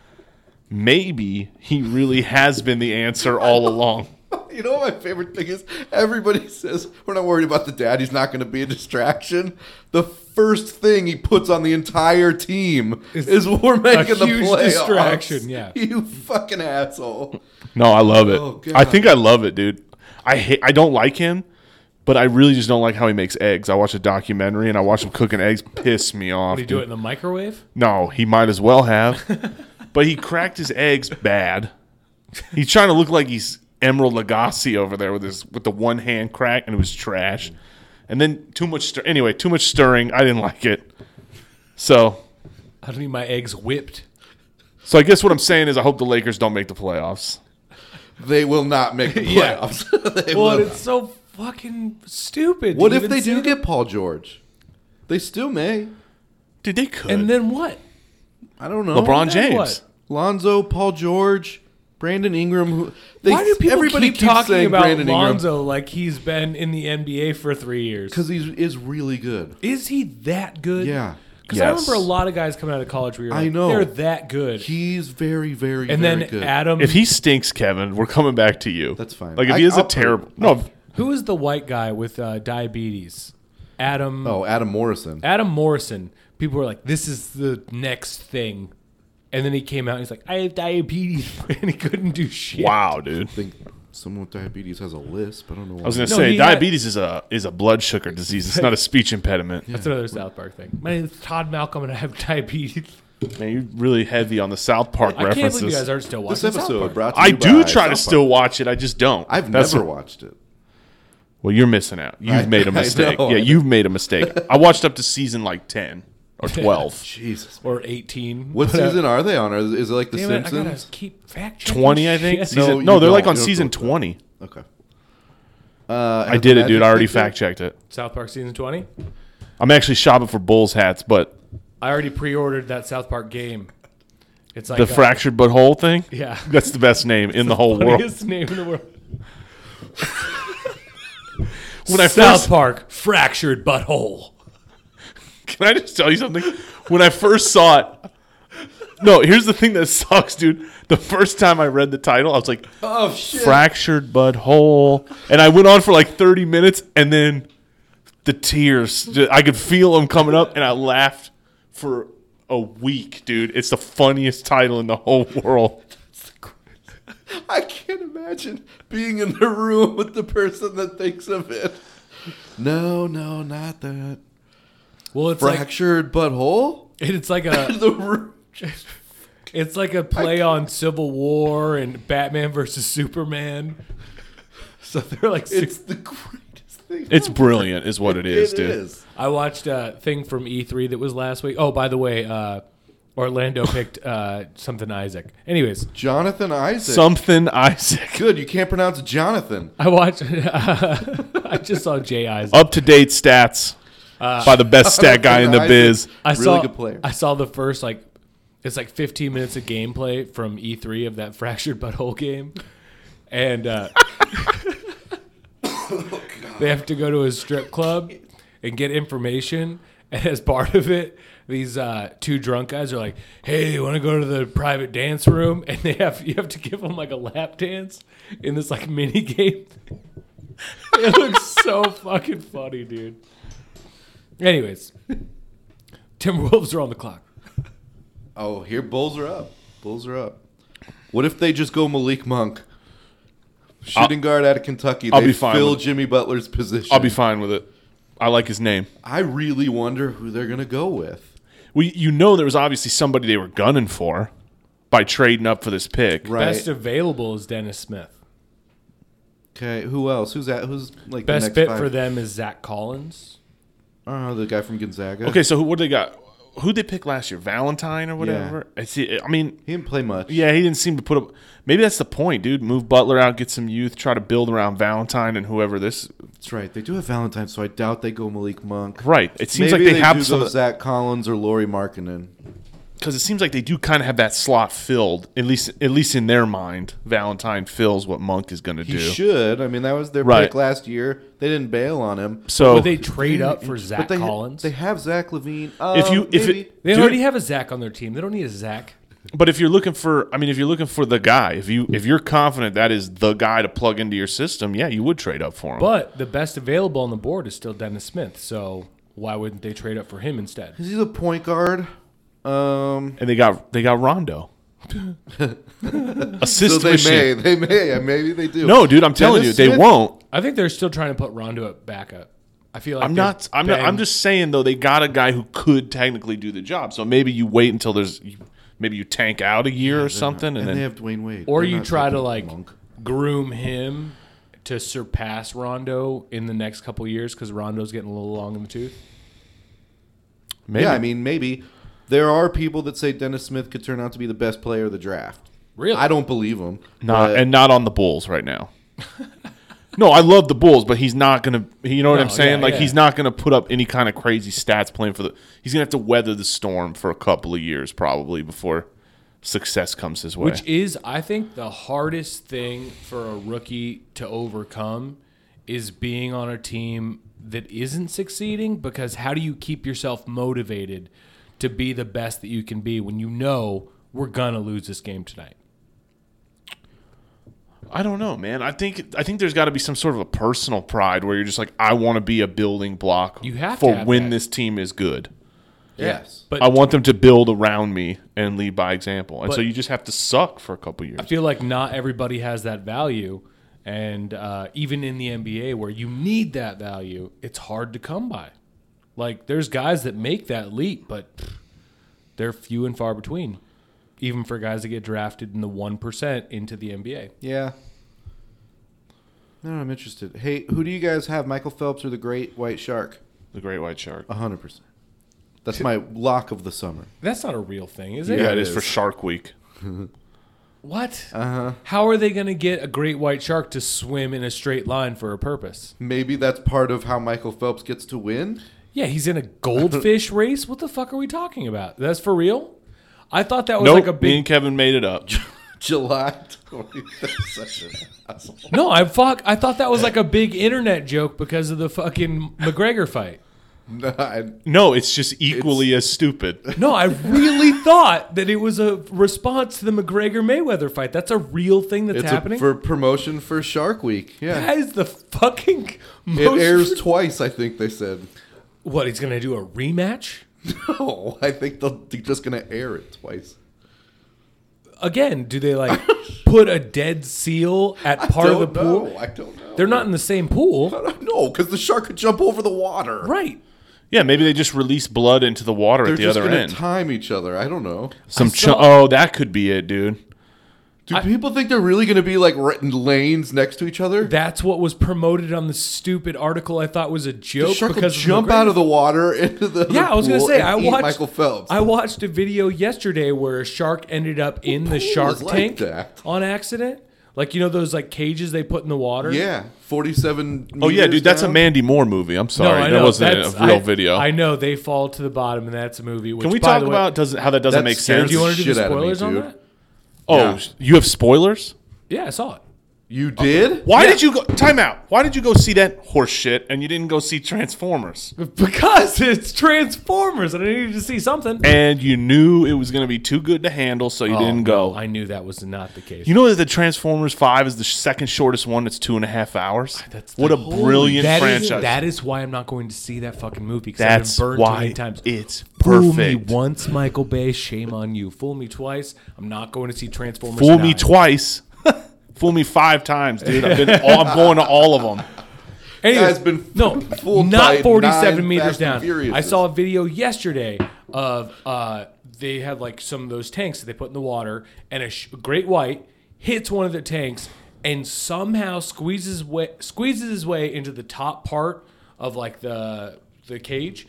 Maybe he really has been the answer all along.
You know what my favorite thing is? Everybody says we're not worried about the dad. He's not going to be a distraction. The first thing he puts on the entire team is, we're making the
huge
playoffs.
distraction, yeah.
you fucking asshole.
No, I love it.
Oh,
I
God.
think I love it, dude. I hate, I don't like him, but I really just don't like how he makes eggs. I watch a documentary and I watch him cooking eggs. Piss me off.
Did he
dude.
do it in the microwave?
No, he might as well have. but he cracked his eggs bad. He's trying to look like he's Emerald Lagasse over there with his with the one hand crack, and it was trash. And then too much stir. Anyway, too much stirring. I didn't like it. So,
I don't need my eggs whipped.
so I guess what I'm saying is I hope the Lakers don't make the playoffs.
They will not make the
Yeah.
playoffs. They
Well,
will
it's so fucking stupid. to
not. What if
even
they
say
do
that.
get Paul George? They still may.
Dude, they could.
And then what?
I don't know.
LeBron
then
James.
what?
Lonzo, Paul George, Brandon Ingram. Who, they,
Why do people
everybody
keep
keeps
talking
saying
about
Brandon Ingram
Lonzo like he's been in the NBA for three years?
because he is really good.
Is he that good?
Yeah.
Because I
Yes.
remember a lot of guys coming out of college where you're
I
like,
know.
they're that good.
He's very, very,
and
very
then
good.
Adam,
if he stinks, Kevin, we're coming back to you.
That's fine.
Like if
I-
he is
I'll
a
put-
terrible. No,
who is the white guy with uh, diabetes? Adam.
oh, Adam Morrison.
Adam Morrison, people were like, this is the next thing. And then he came out and he's like, I have diabetes. And he couldn't do shit.
wow, dude.
think someone with diabetes has a lisp. I don't know. Why.
I was gonna
No,
say
he had-
diabetes is a is a blood sugar disease. It's not a speech impediment.
That's another South Park thing. My name is Todd Malcolm and I have diabetes.
Man, you're really heavy on the South Park
I can't
references.
believe you guys aren't still watching
this
South
episode
Park.
brought to
I
you
do
by
try to
South
still
Park.
watch it. I just don't.
I've
That's
never
what-
watched it.
Well, you're missing out. You've
I-
made a
I
mistake.
know,
yeah,
I
you've made a mistake. I watched up to season like ten or 12.
Jesus.
or 18.
What
But, uh,
season are they on? Are, is it like The
damn it, I
Simpsons?
gotta keep fact checking
20, I think.
shit.
No,
Season-
you
no, they're like
don't.
on
You don't
season
do it.
20.
Okay. Uh,
I did it, dude. I already fact checked it.
South Park season 20.
I'm actually shopping for Bulls hats, but
I already pre-ordered that South Park game. It's like
the
uh,
fractured but whole thing.
Yeah.
That's the best name in the whole world.
Funniest name in the world.
When I
South
first,
Park fractured butthole.
can I just tell you something? When I first saw it, no. Here's the thing that sucks, dude. The first time I read the title, I was like,
Oh shit!
fractured but whole. And I went on for like 30 minutes and then the tears, ju- I could feel them coming up and I laughed for a week, dude. It's the funniest title in the whole world.
I can't imagine being in the room with the person that thinks of it. No, no, not that
Well, it's
fractured butthole.
like it's like a
The room.
it's like a play on Civil War and Batman versus Superman. So they're like
It's the greatest thing.
It's brilliant, is what it is, dude.
I watched a thing from E3 that was last week. Oh, by the way, uh, Orlando picked uh, something Isaac. Anyways,
Jonathan Isaac.
Something Isaac.
Good, you can't pronounce Jonathan.
I watched. I just saw Jay Isaac.
Up to date stats by the best stat guy in the
Jonathan
biz.
Isaac.
I
really
saw,
good player.
I saw the first like it's like 15 minutes of gameplay from E3 of that fractured butthole game, and uh, they have to go to a strip club and get information. And as part of it, these uh, two drunk guys are like, "Hey, you want to go to the private dance room?" And they have you have to give them like a lap dance in this like mini game. it looks so fucking funny, dude. Anyways, Timberwolves are on the clock.
Oh, here Bulls are up. Bulls are up. What if they just go Malik Monk? Shooting guard out of Kentucky. They
I'll be fine
fill
with-
Jimmy Butler's position.
I'll be fine with it. I like his name.
I really wonder who they're going to go with.
We, you know there was obviously somebody they were gunning for by trading up for this pick.
Right.
Best available is Dennis Smith.
Okay, who else? Who's that? Who's like the
Best
next
fit
five?
for them is Zach Collins.
Oh, the guy from Gonzaga.
Okay, so who, what do they got? Who they pick last year? Valentine or whatever. I see. I mean,
he didn't play much.
yeah, he didn't seem to put up. Maybe that's the point, dude. Move Butler out, get some youth, try to build around Valentine and whoever this.
that's right. They do have Valentine, so I doubt they go Malik Monk.
Right. It seems
Maybe
like they,
do
have some
go Zach Collins or Laurie Markkinen.
because it seems like they do kind of have that slot filled. At least, at least in their mind, Valentine fills what Monk is going to
He
do.
should. I mean, that was their
Right.
pick last year. They didn't bail on him.
So
Would they trade up for Zach
but they,
Collins?
They
They,
have Zach Levine. Um,
if you if
maybe.
it, dude,
already have a Zach on their team. They don't need a Zach.
but if you're looking for, I mean, if you're looking for the guy, if you if you're confident that is the guy to plug into your system, yeah, you would trade up for him.
But the best available on the board is still Dennis Smith. So why wouldn't they trade up for him instead?
He's a point guard. Um,
and they got they got Rondo.
so
Assist
they
machine.
may, they may, maybe they do.
No, dude, I'm telling
Dennis
you, they
Smith-
won't.
I think they're still trying to put Rondo at backup. I feel like
I'm
they're
not. I'm not. I'm
banged-
just saying though, they got a guy who could technically do the job. So maybe you wait until there's, you- maybe you tank out a year or something,
And
and,
they
then
have Dwayne Wade.
Or
They're
you
not
try to
taking
like
Monk.
groom him to surpass Rondo in the next couple years because Rondo's getting a little long in the tooth.
maybe.
Yeah, I mean, maybe there are people that say Dennis Smith could turn out to be the best player of the draft.
Really?
I don't believe him.
not
but-
and not on the Bulls right now. no, I love the Bulls, but he's not gonna. You know what I'm
No,
saying?
yeah,
like
yeah.
he's not gonna put up any kind of crazy stats playing for the. He's gonna have to weather the storm for a couple of years probably before success comes his way.
Which is, I think, the hardest thing for a rookie to overcome is being on a team that isn't succeeding because how do you keep yourself motivated to be the best that you can be when you know we're going to lose this game tonight?
I don't know, man. I think I think there's got to be some sort of a personal pride where you're just like, I want to be a building block
You have to
for
have
when
that.
this team is good.
yes.
But
I want them to build around me and lead by example. And so
But-
you just have to suck for a couple years.
I feel like not everybody has that value. And uh, even in the NBA, where you need that value, it's hard to come by. Like, there's guys that make that leap, but pff, they're few and far between, even for guys that get drafted in the 1% into the NBA.
yeah. No, I'm interested. Hey, who do you guys have? Michael Phelps or the Great White Shark? Uh,
The Great White Shark.
hundred percent. That's my lock of the summer.
That's not a real thing, is it?
Yeah,
it
it is
is.
for Uh-huh. Shark Week.
What? How are they going to get a great white shark to swim in a straight line for a purpose?
Maybe that's part of how Michael Phelps gets to win.
Yeah, he's in a goldfish race. What the fuck are we talking about? That's for real? I thought that was
Nope,
Oh, like a
me
big.
and Kevin made it up.
July 23rd.
No, I fuck. I thought that was like a big internet joke because of the fucking McGregor fight.
no, I,
No, it's just equally as stupid.
No, I really thought that it was a response to the McGregor Mayweather fight. That's a real thing that's
it's a,
happening.
for promotion for Shark Week. Yeah.
that is the fucking
It
most.
airs twice, I think they said.
what he's gonna do a rematch
No, I think they'll, they're just going to air it twice.
again? Do they like put a dead seal at part of the
Don't know.
pool?
I don't know.
They're not in the same pool,
No, because the shark could jump over the water.
right?
Yeah, maybe they just release blood into the water
They're
at the
just
other
gonna
end.
time each other. I don't know.
Some
I
ch-
saw-
oh, that could be it, dude.
Do people think they're really going to be like right in lanes next to each other?
That's what was promoted on the stupid article. I thought was a joke
The shark will
because
jump out of the water into the
Yeah, I was gonna
pool
say
and
I
eat
watched
Michael Phelps.
I watched a video yesterday where a shark ended up in the
pool
shark
is like
tank
that?
on accident. Like you know those like cages they put in the water.
yeah, forty-seven.
Oh yeah, dude, that's a
man.
Mandy Moore movie. I'm
No,
sorry,
I
that
know.
wasn't
That's-
a real
I-
video.
I know they fall to the bottom, and that's a movie. Which,
Can we
by
talk
the way-
about doesn't how that doesn't
That
make
scares
sense?
Do you want to do
shit
the
out of me,
spoilers on
dude.
that?
oh,
Yeah.
sh- you have spoilers.
Yeah, I saw it.
You did?
Why did you go? Time out. Why did you go see that horse shit and you didn't go see Transformers?
Because it's Transformers, and I needed to see something.
And you knew it was going to be too good to handle, so you didn't go.
I knew that was not the case.
you know that the Transformers Five is the sh- second shortest one. It's two and a half hours.
That's
what a brilliant
That is-
franchise.
that is why I'm not going to see that fucking movie. Because
That's
I've been burned too
why
many times.
it's
Fool me
perfect.
once, Michael Bay. Shame on you. Fool me twice. I'm not going to see Transformers.
Fool me
9.
twice. Fool me five times, dude. I've been all, I'm going to all of them.
Anyway,
Guy's been
no,
fooled by
not 47
nine
meters
Fast and
down.
Furiouses.
I saw a video yesterday of uh, they had like some of those tanks that they put in the water, and a sh- great white hits one of the tanks and somehow squeezes way- squeezes his way into the top part of like the the cage.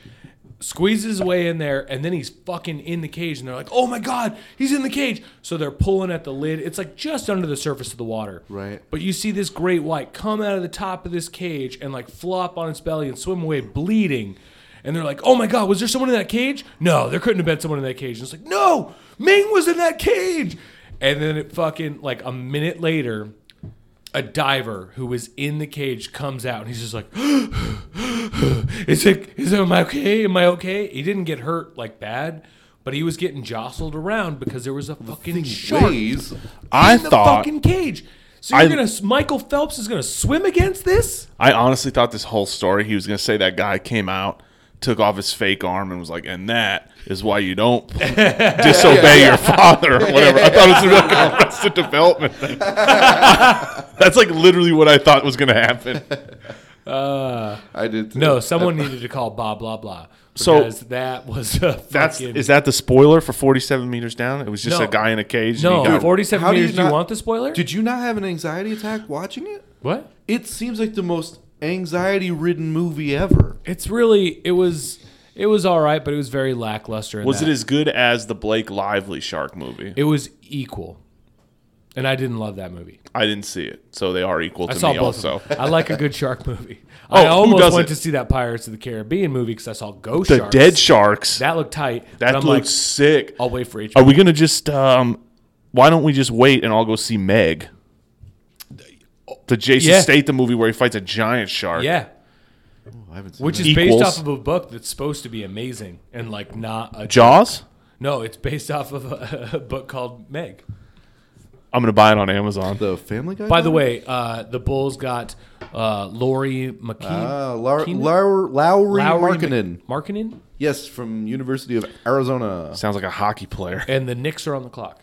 Squeezes his way in there, and then he's fucking in the cage, and they're like, "Oh my god, he's in the cage!" So they're pulling at the lid. It's like just under the surface of the water,
Right.
but you see this great white come out of the top of this cage and like flop on its belly and swim away bleeding. And they're like, oh my God, was there someone in that cage? No, there couldn't have been someone in that cage. And it's like, no, Ming was in that cage. And then it fucking, like a minute later, a diver who was in the cage comes out and he's just like, is it, is it, am I okay? Am I okay? He didn't get hurt like bad, but he was getting jostled around because there was a fucking shark
Ways.
I
in the
thought
fucking cage. So you're
I-
gonna Michael Phelps is gonna swim against this?
I honestly thought this whole story, he was going to say that guy came out, took off his fake arm, and was like, and that is why you don't disobey your father or whatever. I thought it was like an arrested development thing. That's like literally what I thought was going to happen.
I did. too.
No, someone needed to call blah blah blah
So-
because that was a
That's
fucking,
Is that the spoiler for 47 meters down? It was just
No.
a guy in a cage.
no
and he got,
47
How do you
meters. Do you,
not-
want the spoiler?
Did you not have an anxiety attack watching it?
what?
It seems like the most anxiety-ridden movie ever.
It's really it was it was all right, but it was very lackluster. in
was
that.
it as good as the Blake Lively shark movie?
It was equal, and I didn't love that movie.
I didn't see it, so they are equal
I
to
saw
me
both.
also.
Of them. I like a good shark movie.
Oh,
I
who
almost
doesn't?
went to see that Pirates of the Caribbean movie because I saw Ghost
The
Sharks.
dead sharks. That,
that looked tight. but I'm
looks
like,
sick.
I'll wait for HBO.
Are we gonna just? Um, why don't we just wait and I'll go see Meg, the Jason
Yeah.
Statham movie where he fights a giant shark.
Yeah,
Oh, I haven't seen
which is
that.
Equals.
based off of a book that's supposed to be amazing and like not a
Jaws.
no it's based off of a, a book called meg
I'm gonna buy it on Amazon.
the Family Guy.
by the
movie?
way uh, the bulls got uh, lori mckee
Ah, Lar-
Keenan?
Lar- Lowry,
Lowry
Markinen.
Mc- Markinen?
yes, from University of Arizona.
Sounds like a hockey player.
and the knicks are on the clock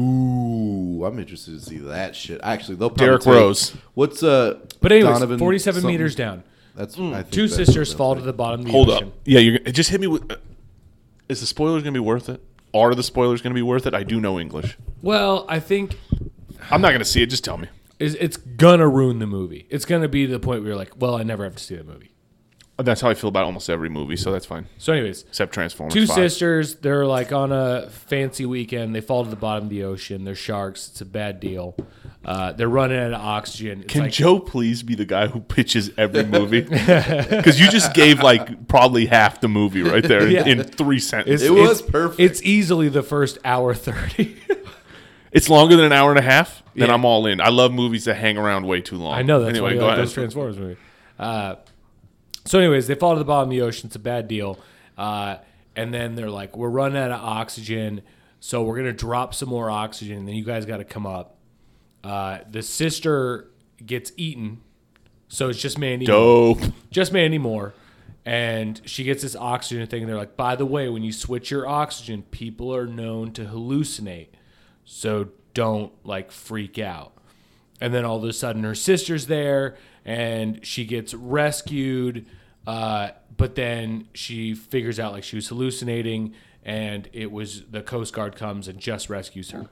Ooh, I'm interested to see that shit. Actually, they'll probably
Derrick
take-
Rose.
What's uh?
but anyways
Donovan
47
something?
meters down Mm.
That's I think
two
that's what
sisters
they'll
fall
take.
to the bottom of the
Hold up.
ocean.
Yeah, you're, it just hit me with. is the spoilers gonna be worth it? Are the spoilers gonna be worth it? I do know English.
well i think
I'm not gonna see it. Just tell me.
is- it's gonna ruin the movie it's gonna be to the point where you're like well i never have to see the movie
That's how I feel about almost every movie, so that's fine.
So, anyways,
Except Transformers.
two
5.
sisters. They're like on a fancy weekend. They fall to the bottom of the ocean. They're sharks. It's a bad deal. Uh, they're running out of oxygen. It's
Can
like,
Joe please be the guy who pitches every movie? Because you just gave like probably half the movie right there in-
Yeah.
in, three sentences.
It
It's,
was perfect.
It's easily the first hour thirty.
longer than an hour and a half. Then
Yeah.
I'm all in. I love movies that hang around way too long.
I know that's
Anyway,
why you
go
like
ahead.
those Transformers movie. Uh, so, anyways, they fall to the bottom of the ocean. It's a bad deal. Uh, and then they're like, "We're running out of oxygen, so we're gonna drop some more oxygen. And then you guys got to come up." Uh, the sister gets eaten, so it's just Mandy.
Dope.
just Mandy Moore. And she gets this oxygen thing. And they're like, by the way, when you switch your oxygen, people are known to hallucinate. So don't like freak out. And then all of a sudden, her sister's there and she gets rescued. Uh, but then she figures out like she was hallucinating and it was the Coast Guard comes and just rescues her.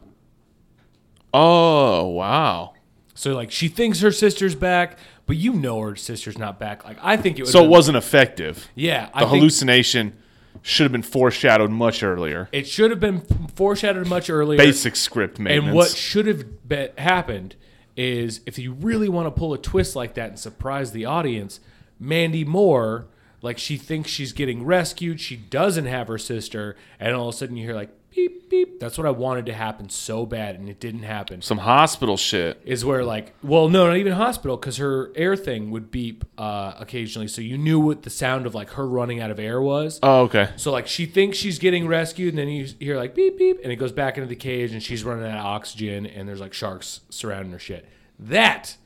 Oh wow.
So like she thinks her sister's back, but you know her sister's not back. Like I think it was
So it wasn't effective.
yeah.
The
I think-
hallucination should have been foreshadowed much earlier.
It should have been foreshadowed much earlier.
Basic script maintenance.
and what should have be- happened is if you really want to pull a twist like that and surprise the audience, Mandy Moore, like she thinks she's getting rescued, she doesn't have her sister, and all of a sudden you hear like beep beep. That's what I wanted to happen so bad, and it didn't happen.
Some hospital shit.
Is where like, well, no, not even hospital, because her air thing would beep uh, occasionally, so you knew what the sound of like her running out of air was.
Oh okay.
So like she thinks she's getting rescued, and then you hear like beep beep, and it goes back into the cage, and she's running out of oxygen, and there's like sharks surrounding her shit. That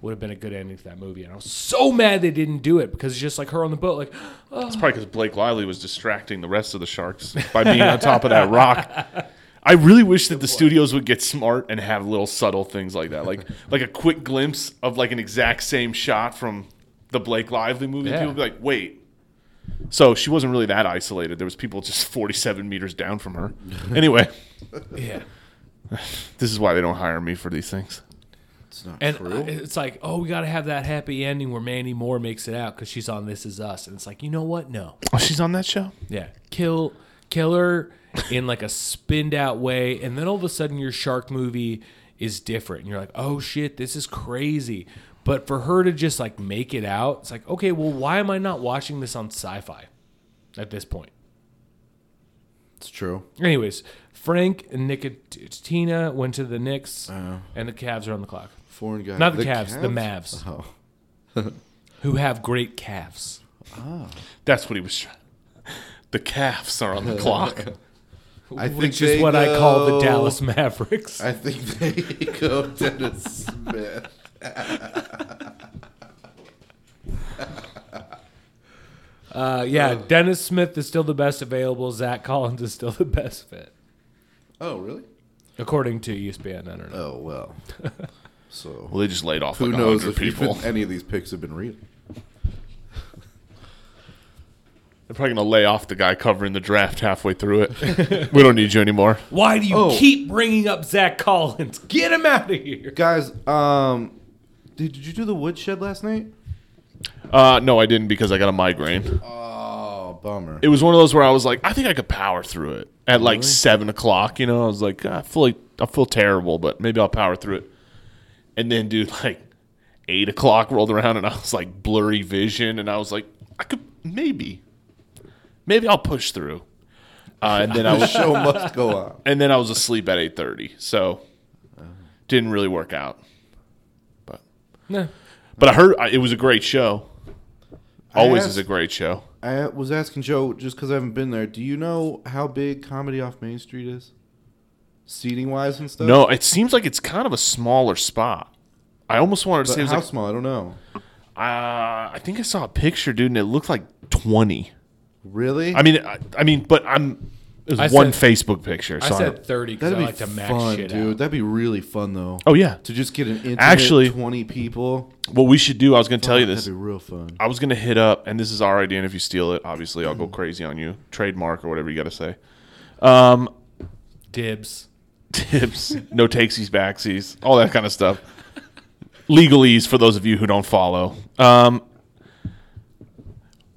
would have been a good ending to that movie, and I was so mad they didn't do it because it's just like her on the boat, like
It's probably because Blake Lively was distracting the rest of the sharks by being on top of that rock. I really wish that the studios would get smart and have little subtle things like that, like like a quick glimpse of like an exact same shot from the Blake Lively movie.
Yeah.
People would be like, "Wait." So she wasn't really that isolated. There was people just 47 meters down from her. Anyway,
yeah,
this is why they don't hire me for these things.
It's not
and
true.
I- it's like oh we got to have that happy ending where Mandy Moore makes it out because she's on This Is Us, and it's like you know what, no,
Oh, she's on that show.
yeah, kill kill her in like a spinned out way, and then all of a sudden your shark movie is different, and you're like, oh shit, this is crazy. But for her to just like make it out, it's like, okay, well, why am I not watching this on sci-fi at this point?
it's true.
Anyways, Frank and Nicotina went to the Knicks,
Uh-huh.
and the Cavs are on the clock.
Foreign guy.
Not the, Cavs, the Mavs,
Oh.
who have great calves.
That's what he was. trying. The calves are on the clock.
I think
Which is
they
what I call the
go-
Dallas Mavericks.
I think they go Dennis Smith.
Uh, yeah, Dennis Smith is still the best available. Zach Collins is still the best fit,
Oh, really?
according to E ESPN. I don't know.
Oh, well. So
Well, they just laid off.
who
like
knows
100
if
people.
even any of these picks have been real?
They're probably going to lay off the guy covering the draft halfway through it. we don't need you anymore.
Why do you
Oh.
keep bringing up Zach Collins? Get him out of here.
Guys, um, did you do the woodshed last night?
Uh, no, I didn't because I got a migraine.
Oh, bummer.
It was one of those where I was like, I think I could power through it at like seven o'clock. You know, I was like, "Ah, I feel like I feel terrible, but maybe I'll power through it. And then, dude, like eight o'clock rolled around, and I was like blurry vision, and I was like, I could maybe, maybe I'll push through. Uh, and then I
the
was
show must go on.
and then I was asleep at eight thirty, so didn't really work out. But
No.
but I heard I- it was a great show. Always
asked-
is a great show.
I was asking Joe just because I haven't been there. Do you know how big Comedy Off Main Street is, seating wise and stuff?
No, it seems like it's kind of a smaller spot. I almost wanted to
but
say it was
how
like
small? I don't know.
uh, I think I saw a picture, dude, and it looked like twenty.
Really?
I mean, I, I mean, but I'm it was
I
one
said-
Facebook picture. So
I
I
said thirty because
that'd
I
be
like to max
fun,
shit
dude.
out.
That'd be really fun though.
oh yeah.
To just get an intimate
Actually-
twenty people.
What we should do, I was going to tell you this.
That'd be real fun.
I was gonna hit up, and this is our idea. And if you steal it, obviously I'll go
Mm-hmm.
crazy on you, trademark or whatever you gotta say. Um,
Dibs.
tips, no takesies, backsies, all that kind of stuff. Legalese for those of you who don't follow. Um,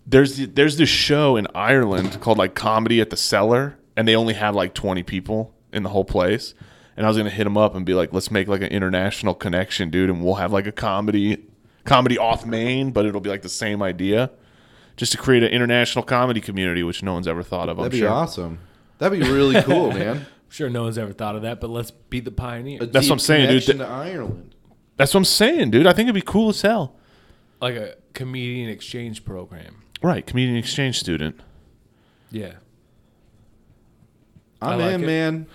there's the, there's this show in Ireland called like Comedy at the Cellar, and they only have like 20 people in the whole place. And I was gonna hit them up and be like, let's make like an international connection, dude, and we'll have like a comedy comedy off Maine, but it'll be like the same idea, just to create an international comedy community, which no one's ever thought of. I'm
That'd be
sure.
awesome. That'd be really cool, man.
Sure, no one's ever thought of that, but let's be the pioneer.
A
That's
deep
what I'm saying, dude.
connection To Ireland.
That's what I'm saying, dude. I think it'd be cool as hell.
like a comedian exchange program.
Right, comedian exchange student.
Yeah.
I'm
like
in,
it.
man.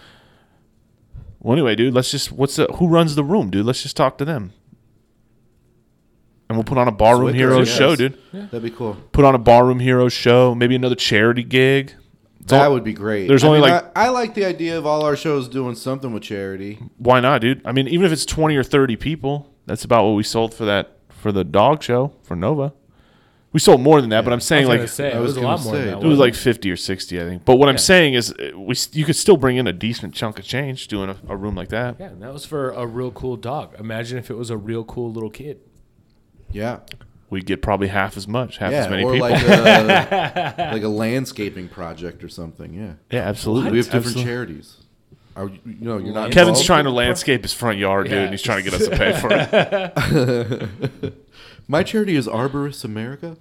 Well, anyway, dude, let's just what's the who runs the room, dude? Let's just talk to them, and we'll put on a barroom
Swickers,
heroes
yes.
show, dude.
That'd be cool.
Put on a barroom heroes show, maybe another charity gig. It's
That
all-
would be great.
there's
I
only,
mean,
like-
I, I like the idea of all our shows doing something with charity.
why not, dude? I mean, even if it's twenty or thirty people, that's about what we sold for that for the dog show for Nova. We sold more than that, but I'm
I
saying
was
like
gonna say,
I
it
was
was a
gonna
lot more
say,
than that.
It was
wasn't
like fifty or sixty, I think. But what I'm saying is, uh, we s- you could still bring in a decent chunk of change doing a, a room like that.
Yeah, and that was for a real cool dog. Imagine if it was a real cool little kid.
Yeah.
We'd get probably half as much, half
yeah.
as many
or
people.
like a, like a landscaping project or something. Yeah.
yeah, absolutely.
We have different
Absolutely.
charities. Are you, you know, you're not
Kevin's
involved?
trying to landscape his front yard, dude,
Yeah.
and he's trying to get us to pay for it.
My charity is Arborist America.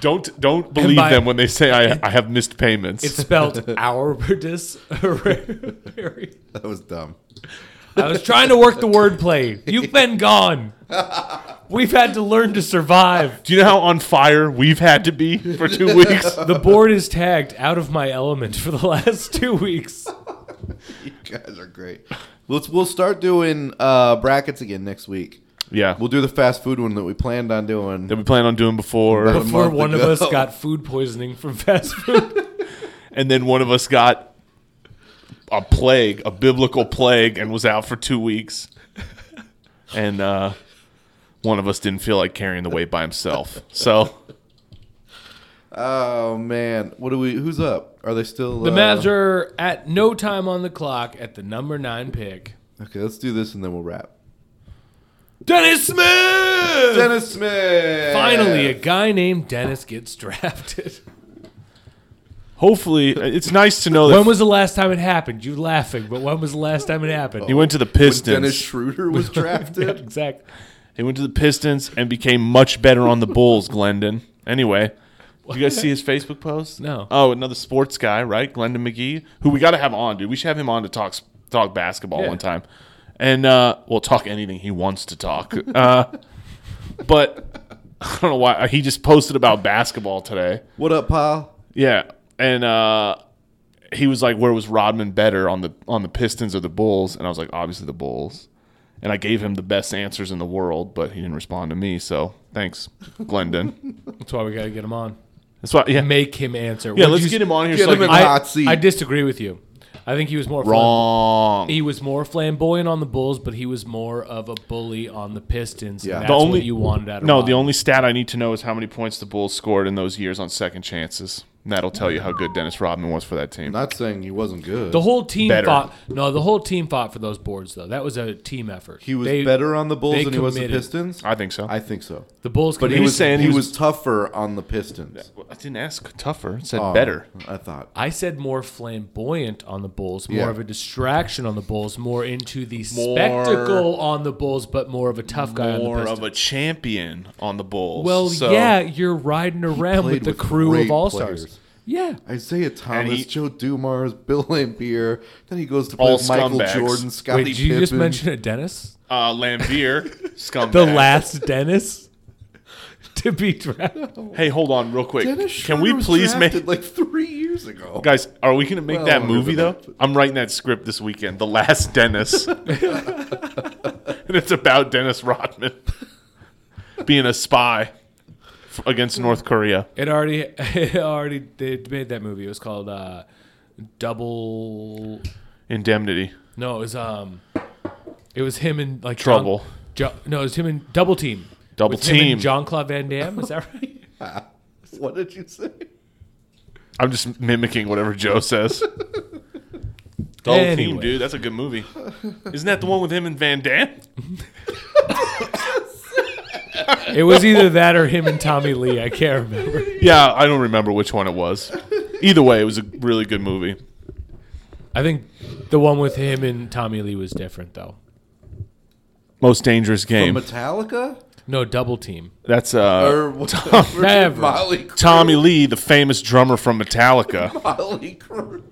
Don't don't believe
by-
them when they say I, I have missed payments.
It's spelled Arbordis.
That was dumb.
I was trying to work the wordplay. You've been gone. We've had to learn to survive.
Do you know how on fire we've had to be for two weeks?
The board is tagged out of my element for the last two weeks.
You guys are great. Let's we'll start doing uh, brackets again next week.
yeah,
We'll do the fast food one that we planned on doing.
that we planned on doing before,
But-
Before
month
one
ago.
of us got food poisoning from fast food.
and then one of us got a plague, a biblical plague, and was out for two weeks, and uh, one of us didn't feel like carrying the weight by himself. So
Oh man, what do we? Who's up? Are they still
The
uh,
Mavs are at no time on the clock at the number nine pick.
Okay, let's do this and then we'll wrap.
Dennis Smith!
Dennis Smith.
Finally, a guy named Dennis gets drafted.
hopefully, it's nice to know that
When was the last time it happened? You're laughing, but when was the last time it happened?
he went to the
When
Pistons.
Dennis Schroeder was
Yeah,
drafted.
exactly.
He went to the Pistons and became much better on the Bulls, Glendon. Anyway, did you guys see his Facebook post?
No.
Oh, another sports guy, right? Glendon McGee, who we got to have on, dude. We should have him on to talk talk basketball
Yeah.
one time, and uh, we'll talk anything he wants to talk. Uh, but I don't know why he just posted about basketball today.
What up, pal?
Yeah, and uh, he was like, "Where was Rodman better on the on the Pistons or the Bulls?" And I was like, "Obviously the Bulls." And I gave him the best answers in the world, but he didn't respond to me. So thanks, Glendon.
That's why we got to get him on.
That's why, yeah,
Make him answer.
yeah.
Would
Let's
you-
get him on here.
Get
So
him
him
in
I,
the
can-
hot seat.
I disagree with you. I think he was more flam-
wrong.
He was more flamboyant on the Bulls, but he was more of a bully on the Pistons. Yeah,
Yeah.
that's
The
only-
what you wanted out of
No,
Rodman.
the only stat I need to know is how many points the Bulls scored in those years on second chances. And that'll tell you how good Dennis Rodman was for that team.
Not saying he wasn't good.
the whole team
Better.
fought. No, the whole team fought for those boards though. That was a team effort.
he was
They-
better on the Bulls
they
than he was the
committed.
Pistons. I,
I think so. I,
think so.
The Bulls,
But he
He's
was
saying
he
he
was,
was-
tougher on the Pistons.
didn't ask tougher. It said
Oh,
better.
I thought.
I said more flamboyant on the Bulls, more
Yeah.
of a distraction on the Bulls, more into the
More-
spectacle on the Bulls, but more of a tough guy on the
More
Pistons.
of a champion on the Bulls.
well,
So-
yeah, you're riding around
played
with the
with
crew
great
of all stars.
players.
Yeah,
Isaiah Thomas,
he-
Joe Dumars, Bill Lampier. Then he goes to play
All
with Michael
scumbags.
Jordan, Scottie
wait, did you just
Pippen.
mention a Dennis?
uh, Lambeer, scumbag.
The last Dennis to be drafted.
Hey, hold on, real quick.
Dennis
Can we
Schroeder was
please make
drafted, like three years ago?
guys? Are we gonna make
Well,
that
longer
movie
than
though? I'm writing that script this weekend. The Last Dennis, and it's about Dennis Rodman being a spy f- against North Korea.
It already, it already, they made that movie. It was called uh, Double.
Indemnity.
No, it was um, it was him and like
Trouble.
John, Jo- no, it was him and Double Team.
Double Team.
John Claude Van Damme. Is that right?
What did you say?
I'm just mimicking whatever Joe says. The whole team,
Anyway.
dude. That's a good movie. Isn't that the one with him and Van Damme?
It was either that or him and Tommy Lee. I can't remember.
Yeah, I don't remember which one it was. Either way, it was a really good movie.
I think the one with him and Tommy Lee was different though.
Most dangerous game.
Metallica
No double team.
That's uh
or what? Tom,
Never.
Molly Crew.
Tommy Lee, the famous drummer from Metallica.
Molly Crew.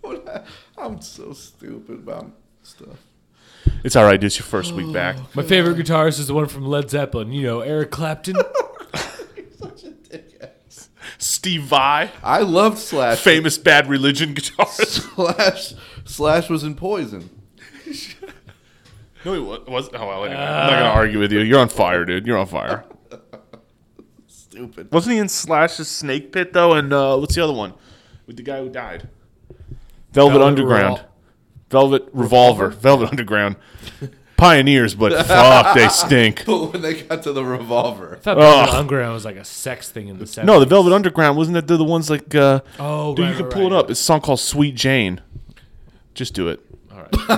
What I- I'm so stupid about stuff.
It's all right. It's your first week back.
My favorite guitarist is the one from Led Zeppelin. You know Eric Clapton.
Such a dick
Steve Vai,
I loved Slash.
famous Bad Religion guitarist.
Slash Slash was in Poison.
No, he wa- wasn't. Oh well, anyway, I'm not gonna argue with you. You're on fire, dude. You're on fire.
Stupid.
Wasn't he in Slash's Snake Pit though? And uh, what's the other one with the guy who died? Velvet,
Velvet
Underground,
Revol-
Velvet Revolver, Velvet Underground. Pioneers, but fuck, they stink.
But when they got to the revolver,
I thought Velvet Underground was like a sex thing in the 70s.
No, the Velvet Underground wasn't that they're the ones like? Uh,
Oh,
dude,
right,
you can
right,
pull it
right.
up. It's a song called Sweet Jane. Just do it. All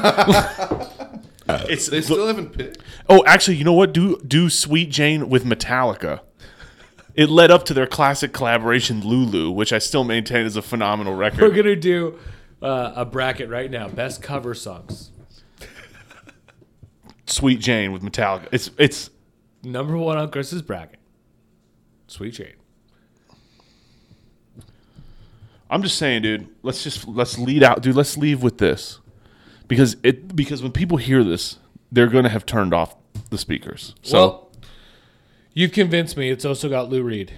right. it's
they still haven't picked.
Oh, actually, you know what? Do do Sweet Jane with Metallica. It led up to their classic collaboration Lulu, which I still maintain is a phenomenal
We're
record.
gonna do uh, a bracket right now. Best cover songs.
Sweet Jane with Metallica. It's it's
Number one on Chris's bracket. Sweet Jane.
I'm just saying, dude, let's just let's lead out, dude, let's leave with this. Because it because when people hear this, they're going to have turned off the speakers. So
well, you've convinced me. It's also got Lou Reed.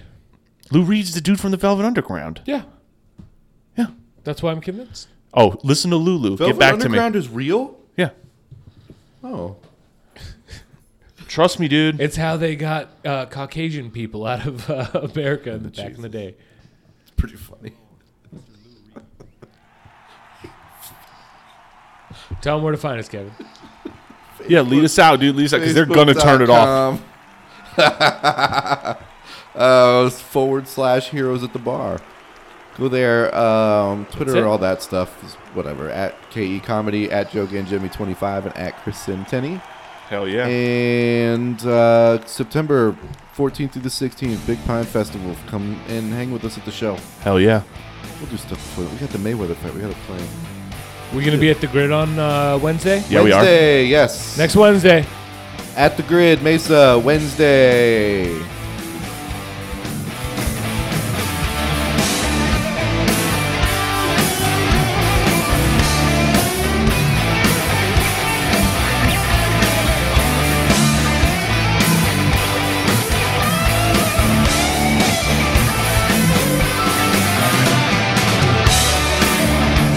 Lou Reed's the dude from the Velvet Underground.
Yeah,
Yeah.
that's why I'm convinced.
Oh, listen to Lulu.
Velvet
Get back to me.
Underground is real.
Yeah.
Oh,
Trust me, dude.
It's how they got uh, Caucasian people out of uh, America in the, back in the day.
it's pretty funny.
Tell them where to find us, Kevin.
yeah, lead us out, dude. Lead us out because they're going to turn it off.
Facebook.com. uh, forward slash heroes at the bar. Go there. Um,
That's
Twitter,
it.
all that stuff. is Whatever. At KE Comedy, at Joe and Jimmy 25 and at Chris Centenny.
Hell yeah.
And uh, September 14th through the 16th, Big Pine Festival. Come and hang with us at the show.
Hell yeah.
We'll do stuff. For, we got the Mayweather fight. We got to play.
We're gonna be at the grid on uh, Wednesday.
Yeah, we are.
Wednesday, yes.
Next Wednesday.
At the Grid, Mesa, Wednesday.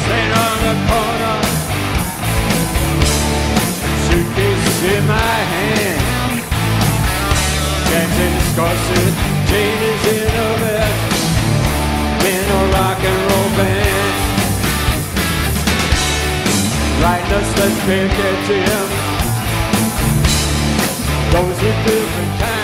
Train on the corner. Suitcase in my hand. Jack's in his corset. Jane is in a vest. In a rock and roll band. Right us, let's pick at Jim. Those are different times.